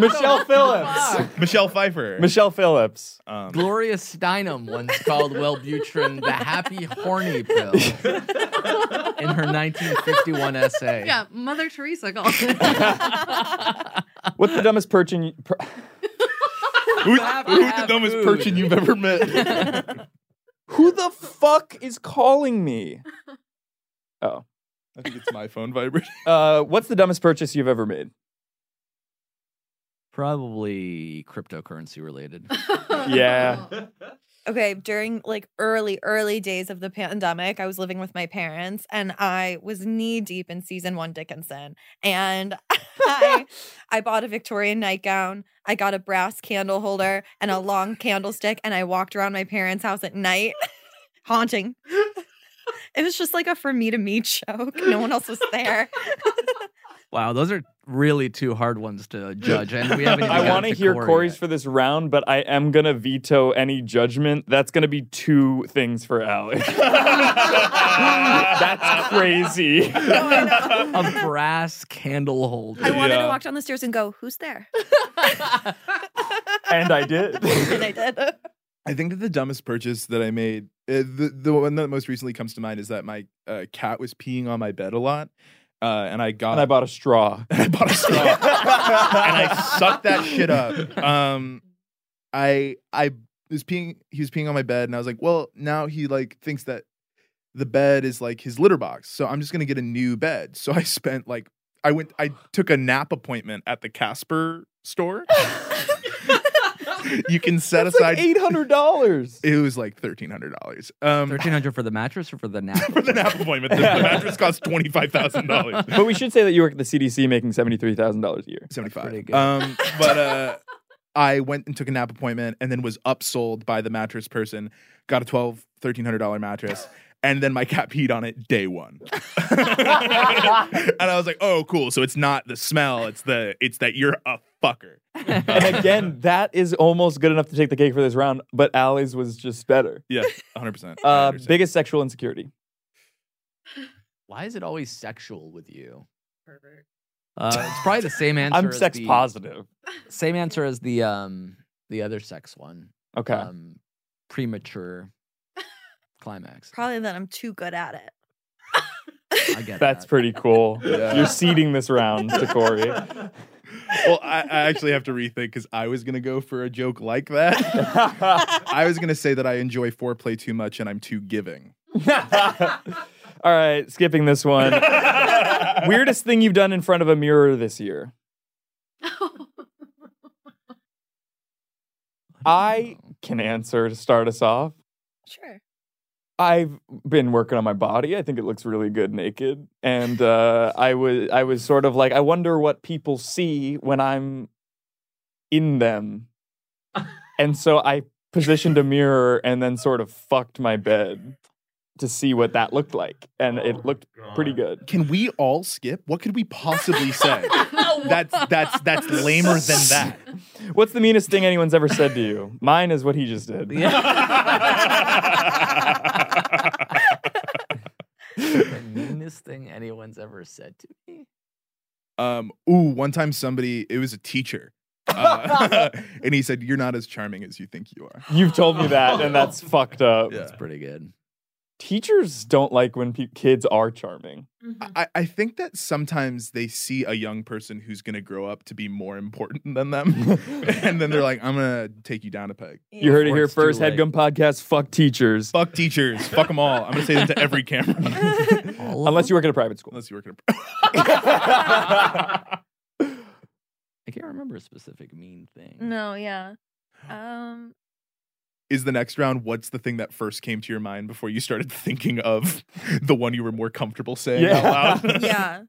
[SPEAKER 6] Michelle
[SPEAKER 5] the
[SPEAKER 6] Phillips.
[SPEAKER 5] fuck?
[SPEAKER 7] Michelle Pfeiffer. um,
[SPEAKER 6] Michelle Phillips.
[SPEAKER 5] Gloria Steinem once called Wellbutrin the happy horny pill in her 1951 essay.
[SPEAKER 10] Yeah, Mother Teresa called it.
[SPEAKER 6] What's the dumbest person? Per-
[SPEAKER 7] Who's, who's the dumbest person you've ever met?
[SPEAKER 6] Who the fuck is calling me? Oh.
[SPEAKER 7] I think it's my phone vibrating.
[SPEAKER 6] Uh, what's the dumbest purchase you've ever made?
[SPEAKER 5] Probably cryptocurrency related.
[SPEAKER 6] Yeah.
[SPEAKER 1] Okay, during like early, early days of the pandemic, I was living with my parents and I was knee deep in season one Dickinson. And I, I bought a Victorian nightgown, I got a brass candle holder and a long candlestick, and I walked around my parents' house at night, haunting. It was just like a for me to me joke. No one else was there.
[SPEAKER 5] Wow, those are really two hard ones to judge, and we haven't. Even
[SPEAKER 6] I
[SPEAKER 5] want
[SPEAKER 6] want to hear
[SPEAKER 5] Corey
[SPEAKER 6] Corey's
[SPEAKER 5] yet.
[SPEAKER 6] for this round, but I am gonna veto any judgment. That's gonna be two things for Alex. That's crazy.
[SPEAKER 5] a brass candle holder.
[SPEAKER 1] I wanted to
[SPEAKER 6] Yeah.
[SPEAKER 1] walk down the stairs and go, Who's there?
[SPEAKER 6] and I did.
[SPEAKER 1] And I did.
[SPEAKER 7] I think that the dumbest purchase that I made, uh, the, the one that most recently comes to mind, is that my uh, cat was peeing on my bed a lot. Uh, and I got
[SPEAKER 6] And I bought a straw.
[SPEAKER 7] I bought a straw and I sucked that shit up. Um, I I was peeing. He was peeing on my bed, and I was like, well, now he like thinks that the bed is like his litter box, so I'm just gonna get a new bed. So I spent like I went. I took a nap appointment at the Casper store. you can set
[SPEAKER 6] That's like
[SPEAKER 7] aside
[SPEAKER 6] eight hundred dollars.
[SPEAKER 7] It was like thirteen hundred dollars. Um,
[SPEAKER 5] Thirteen hundred for the mattress or for the nap?
[SPEAKER 7] for the nap appointment. The, the mattress costs twenty five thousand dollars.
[SPEAKER 6] But we should say that you work at the CDC making seventy three thousand dollars a year.
[SPEAKER 7] Seventy five.
[SPEAKER 6] good.
[SPEAKER 7] Um, but uh, I went and took a nap appointment, and then was upsold by the mattress person. Got a twelve, thirteen hundred dollar mattress, and then my cat peed on it day one. and I was like, oh, cool. So it's not the smell; it's the it's that you're a fucker.
[SPEAKER 6] and again, that is almost good enough to take the cake for this round, but Allie's was just better.
[SPEAKER 7] Yeah, hundred percent.
[SPEAKER 6] Uh, biggest sexual insecurity.
[SPEAKER 5] Why is it always sexual with you?
[SPEAKER 10] Pervert.
[SPEAKER 5] Uh, it's probably the same answer.
[SPEAKER 6] I'm
[SPEAKER 5] as
[SPEAKER 6] sex
[SPEAKER 5] the-
[SPEAKER 6] positive.
[SPEAKER 5] Same answer as the um the other sex one.
[SPEAKER 6] Okay.
[SPEAKER 7] Uh,
[SPEAKER 5] Um, premature climax.
[SPEAKER 1] Probably that I'm too good at it.
[SPEAKER 5] I get
[SPEAKER 6] That's pretty cool.
[SPEAKER 7] Yeah.
[SPEAKER 6] You're seeding this round to Corey.
[SPEAKER 7] Well, I, I actually have to rethink because I was gonna go for a joke like that. I was gonna say that I enjoy foreplay too much and I'm too giving.
[SPEAKER 6] All right, skipping this one. Weirdest thing you've done in front of a mirror this year? I can answer to start us off.
[SPEAKER 1] Sure.
[SPEAKER 6] I've been working on my body. I think it looks really good naked. And uh, I was I was sort of like, I wonder what people see when I'm in them. and so I positioned a mirror and then sort of fucked my bed to see what that looked like. And it looked pretty good.
[SPEAKER 7] Can we all skip? What could we possibly say? that's that's that's lamer than that.
[SPEAKER 6] What's the meanest thing anyone's ever said to you? Mine is what he just did.
[SPEAKER 5] the meanest thing anyone's ever said to me.
[SPEAKER 7] Um, ooh, one time somebody, it was a teacher, uh, and he said, "You're not as charming as you think you are."
[SPEAKER 6] You've told me that, and that's fucked up.
[SPEAKER 7] Yeah.
[SPEAKER 5] That's pretty good.
[SPEAKER 6] teachers don't like when pe- kids are charming.
[SPEAKER 10] Mm-hmm.
[SPEAKER 7] I, I think that sometimes they see a young person who's going to grow up to be more important than them. and then they're like, I'm going to take you down a peg.
[SPEAKER 6] You heard it
[SPEAKER 7] Before
[SPEAKER 6] here
[SPEAKER 7] it's too
[SPEAKER 6] first.
[SPEAKER 7] late.
[SPEAKER 6] Headgum podcast. Fuck teachers.
[SPEAKER 7] Fuck teachers. Fuck them all. I'm going to say that to every camera.
[SPEAKER 6] Unless you work at a private school.
[SPEAKER 7] Unless you work at a
[SPEAKER 5] I can't remember a specific mean thing.
[SPEAKER 1] No, yeah. Um,
[SPEAKER 7] Is the next round, what's the thing that first came to your mind before you started thinking of the one you were more comfortable saying out loud?
[SPEAKER 1] yeah.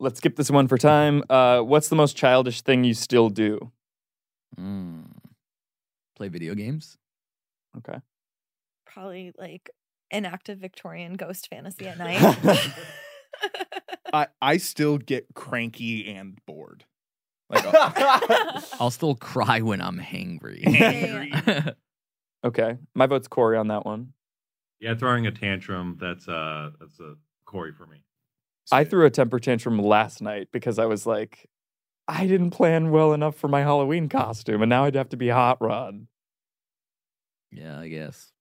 [SPEAKER 6] Let's skip this one for time. Uh, what's the most childish thing you still do?
[SPEAKER 5] Hmm. Play video games.
[SPEAKER 6] Okay.
[SPEAKER 1] Probably like an active Victorian ghost fantasy at night.
[SPEAKER 7] I, I still get cranky and bored. oh,
[SPEAKER 5] I'll still cry when I'm hangry.
[SPEAKER 6] okay. My vote's Corey on that one.
[SPEAKER 4] Yeah, throwing a tantrum. That's uh, that's a Corey for me.
[SPEAKER 6] I threw a temper tantrum last night because I was like, I didn't plan well enough for my Halloween costume, and now I'd have to be hot rod.
[SPEAKER 5] yeah, I guess.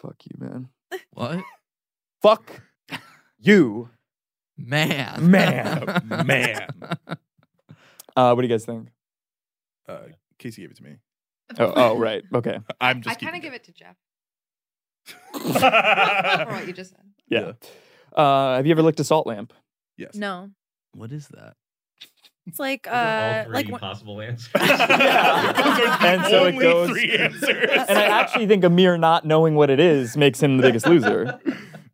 [SPEAKER 6] Fuck you, man.
[SPEAKER 5] What?
[SPEAKER 6] Fuck you,
[SPEAKER 5] Man.
[SPEAKER 6] man,
[SPEAKER 7] Oh, man.
[SPEAKER 6] Uh, what do you guys think?
[SPEAKER 7] Uh, Casey gave it to me.
[SPEAKER 6] Oh, oh, right. Okay.
[SPEAKER 7] I'm
[SPEAKER 10] I
[SPEAKER 7] just
[SPEAKER 10] kind
[SPEAKER 7] kidding.
[SPEAKER 10] of give it to Jeff. For what you just said.
[SPEAKER 6] Yeah. Uh, have you ever licked a salt lamp?
[SPEAKER 7] Yes.
[SPEAKER 1] no,
[SPEAKER 5] What is that?
[SPEAKER 1] it's like
[SPEAKER 4] All
[SPEAKER 1] uh,
[SPEAKER 4] three
[SPEAKER 1] like when-
[SPEAKER 4] possible answers.
[SPEAKER 6] And so it
[SPEAKER 7] Only
[SPEAKER 6] goes.
[SPEAKER 7] three answers.
[SPEAKER 6] And I actually think a mere not knowing what it is makes him the biggest loser.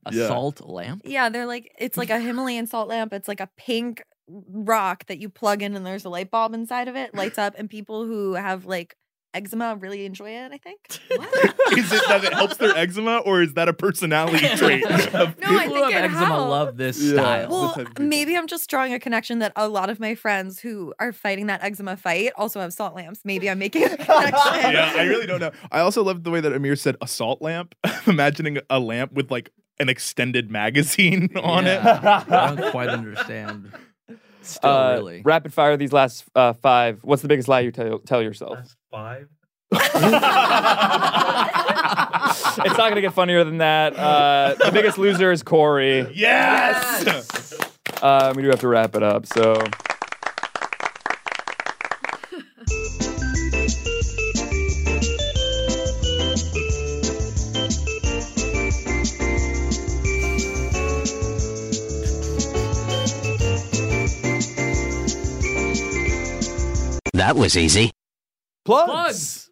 [SPEAKER 5] A
[SPEAKER 6] Yeah.
[SPEAKER 5] salt lamp?
[SPEAKER 1] yeah, they're like it's like a Himalayan salt lamp. It's like a pink rock that you plug in, and there's a light bulb inside of it, lights up, and people who have like eczema really enjoy it. I think.
[SPEAKER 7] is it that it helps their eczema or is that a personality trait? of-
[SPEAKER 1] No, I think
[SPEAKER 5] People who have
[SPEAKER 1] it
[SPEAKER 5] eczema
[SPEAKER 1] helps.
[SPEAKER 5] love this
[SPEAKER 7] Yeah.
[SPEAKER 5] style.
[SPEAKER 7] Well,
[SPEAKER 1] Well, maybe I'm just drawing a connection that a lot of my friends who are fighting that eczema fight also have salt lamps. Maybe I'm making a connection.
[SPEAKER 7] yeah, I really don't know. I also loved the way that Amir said assault lamp. I'm imagining a lamp with like an extended magazine on
[SPEAKER 5] Yeah.
[SPEAKER 7] it.
[SPEAKER 5] I don't quite understand. Still,
[SPEAKER 6] Uh,
[SPEAKER 5] really.
[SPEAKER 6] Rapid fire these last uh, five. What's the biggest lie you tell, tell yourself?
[SPEAKER 4] Five.
[SPEAKER 6] it's not going to get funnier than that. Uh, the biggest loser is Corey.
[SPEAKER 7] Yes!
[SPEAKER 6] Uh, we do have to wrap it up. So,
[SPEAKER 14] That was easy.
[SPEAKER 6] plugs.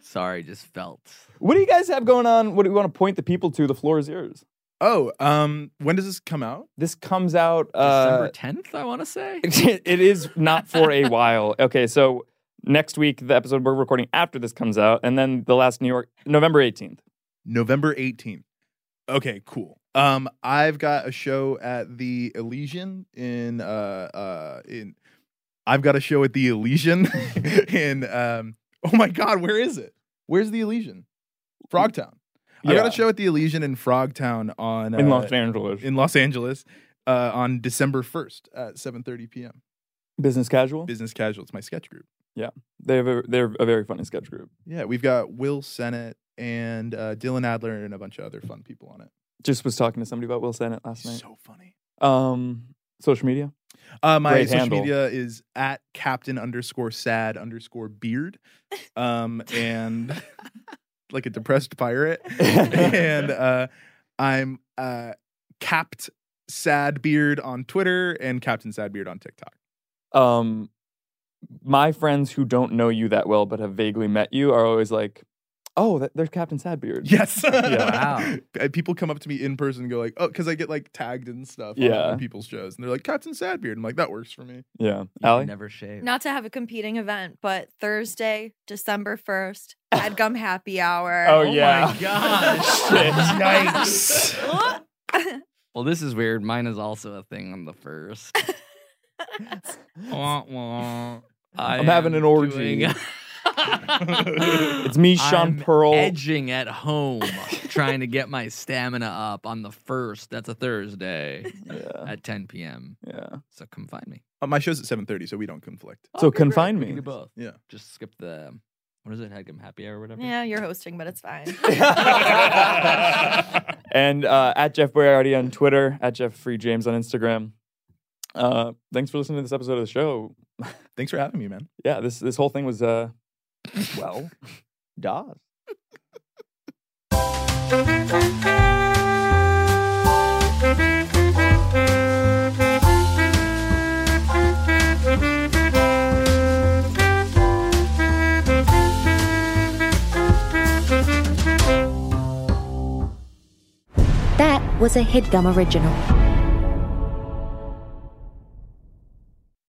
[SPEAKER 5] Sorry, just felt.
[SPEAKER 6] What do you guys have going on? What do we want to point the people to? The floor is yours.
[SPEAKER 7] Oh, um, when does this come out?
[SPEAKER 6] This comes out. Uh,
[SPEAKER 5] December 10th, I want to say.
[SPEAKER 6] it is not for a while. Okay, so next week the episode we're recording after this comes out, and then the last New York November eighteenth.
[SPEAKER 7] November 18th. Okay, cool. Um, I've got a show at the Elysian in uh uh in I've got a show at the Elysian in um oh my god, where is it? Where's the Elysian? Frogtown. I got
[SPEAKER 6] Yeah.
[SPEAKER 7] a show at the Elysian in Frogtown on
[SPEAKER 6] In
[SPEAKER 7] uh,
[SPEAKER 6] Los Angeles.
[SPEAKER 7] In Los Angeles uh on December 1st at 7:30 p.m.
[SPEAKER 6] Business casual.
[SPEAKER 7] Business casual, it's my sketch group.
[SPEAKER 6] Yeah, they have a, they're a very funny sketch group.
[SPEAKER 7] Yeah, we've got Will Sennett and uh, Dylan Adler and a bunch of other fun people on it.
[SPEAKER 6] Just was talking to somebody about Will Sennett last night.
[SPEAKER 7] So funny.
[SPEAKER 6] Um, social media.
[SPEAKER 7] Uh, my
[SPEAKER 6] Great
[SPEAKER 7] social
[SPEAKER 6] handle.
[SPEAKER 7] media is at captain underscore sad underscore beard. Um, and like a depressed pirate. and uh, I'm uh, capped sad beard on Twitter and captain sad beard on TikTok.
[SPEAKER 6] um my friends who don't know you that well but have vaguely met you are always like oh that, there's captain sadbeard
[SPEAKER 7] Yes.
[SPEAKER 6] Yeah.
[SPEAKER 7] Wow. People come up to me in person and go like, oh, because I get like tagged and stuff on
[SPEAKER 6] Yeah.
[SPEAKER 7] people's shows. And they're like, Captain Sadbeard. I'm like, that works for me.
[SPEAKER 6] yeah
[SPEAKER 5] I
[SPEAKER 6] Allie?
[SPEAKER 5] never shave.
[SPEAKER 1] Not to have a competing event, but Thursday, December 1st, Headgum Happy Hour.
[SPEAKER 6] Oh, yeah.
[SPEAKER 5] my gosh.
[SPEAKER 7] Yikes.
[SPEAKER 5] Well, this is weird. Mine is also a thing on the first. Wah, wah. I
[SPEAKER 6] i'm having
[SPEAKER 5] am
[SPEAKER 6] an orgy
[SPEAKER 5] doing-
[SPEAKER 6] it's me sean
[SPEAKER 5] I'm
[SPEAKER 6] pearl
[SPEAKER 5] Edging at home, trying to get my stamina up on the first. That's a Thursday
[SPEAKER 6] yeah
[SPEAKER 5] at 10 p.m.
[SPEAKER 6] yeah
[SPEAKER 5] So come find me.
[SPEAKER 7] Uh, my show's at 7.30, so we don't conflict.
[SPEAKER 6] so
[SPEAKER 5] Okay, great.
[SPEAKER 6] confine
[SPEAKER 5] We can
[SPEAKER 6] me
[SPEAKER 5] do both.
[SPEAKER 7] Yeah.
[SPEAKER 5] Just skip the What is it? Headgum happy hour or whatever.
[SPEAKER 1] Yeah, you're hosting, but it's fine.
[SPEAKER 6] and uh, at Jeff Boyardi on Twitter, at Jeff Free James on Instagram. Uh, thanks for listening to this episode of the show.
[SPEAKER 7] Thanks for having me, man.
[SPEAKER 6] Yeah, this this whole thing was uh, well,
[SPEAKER 11] Dawes.
[SPEAKER 15] That was a headgum original.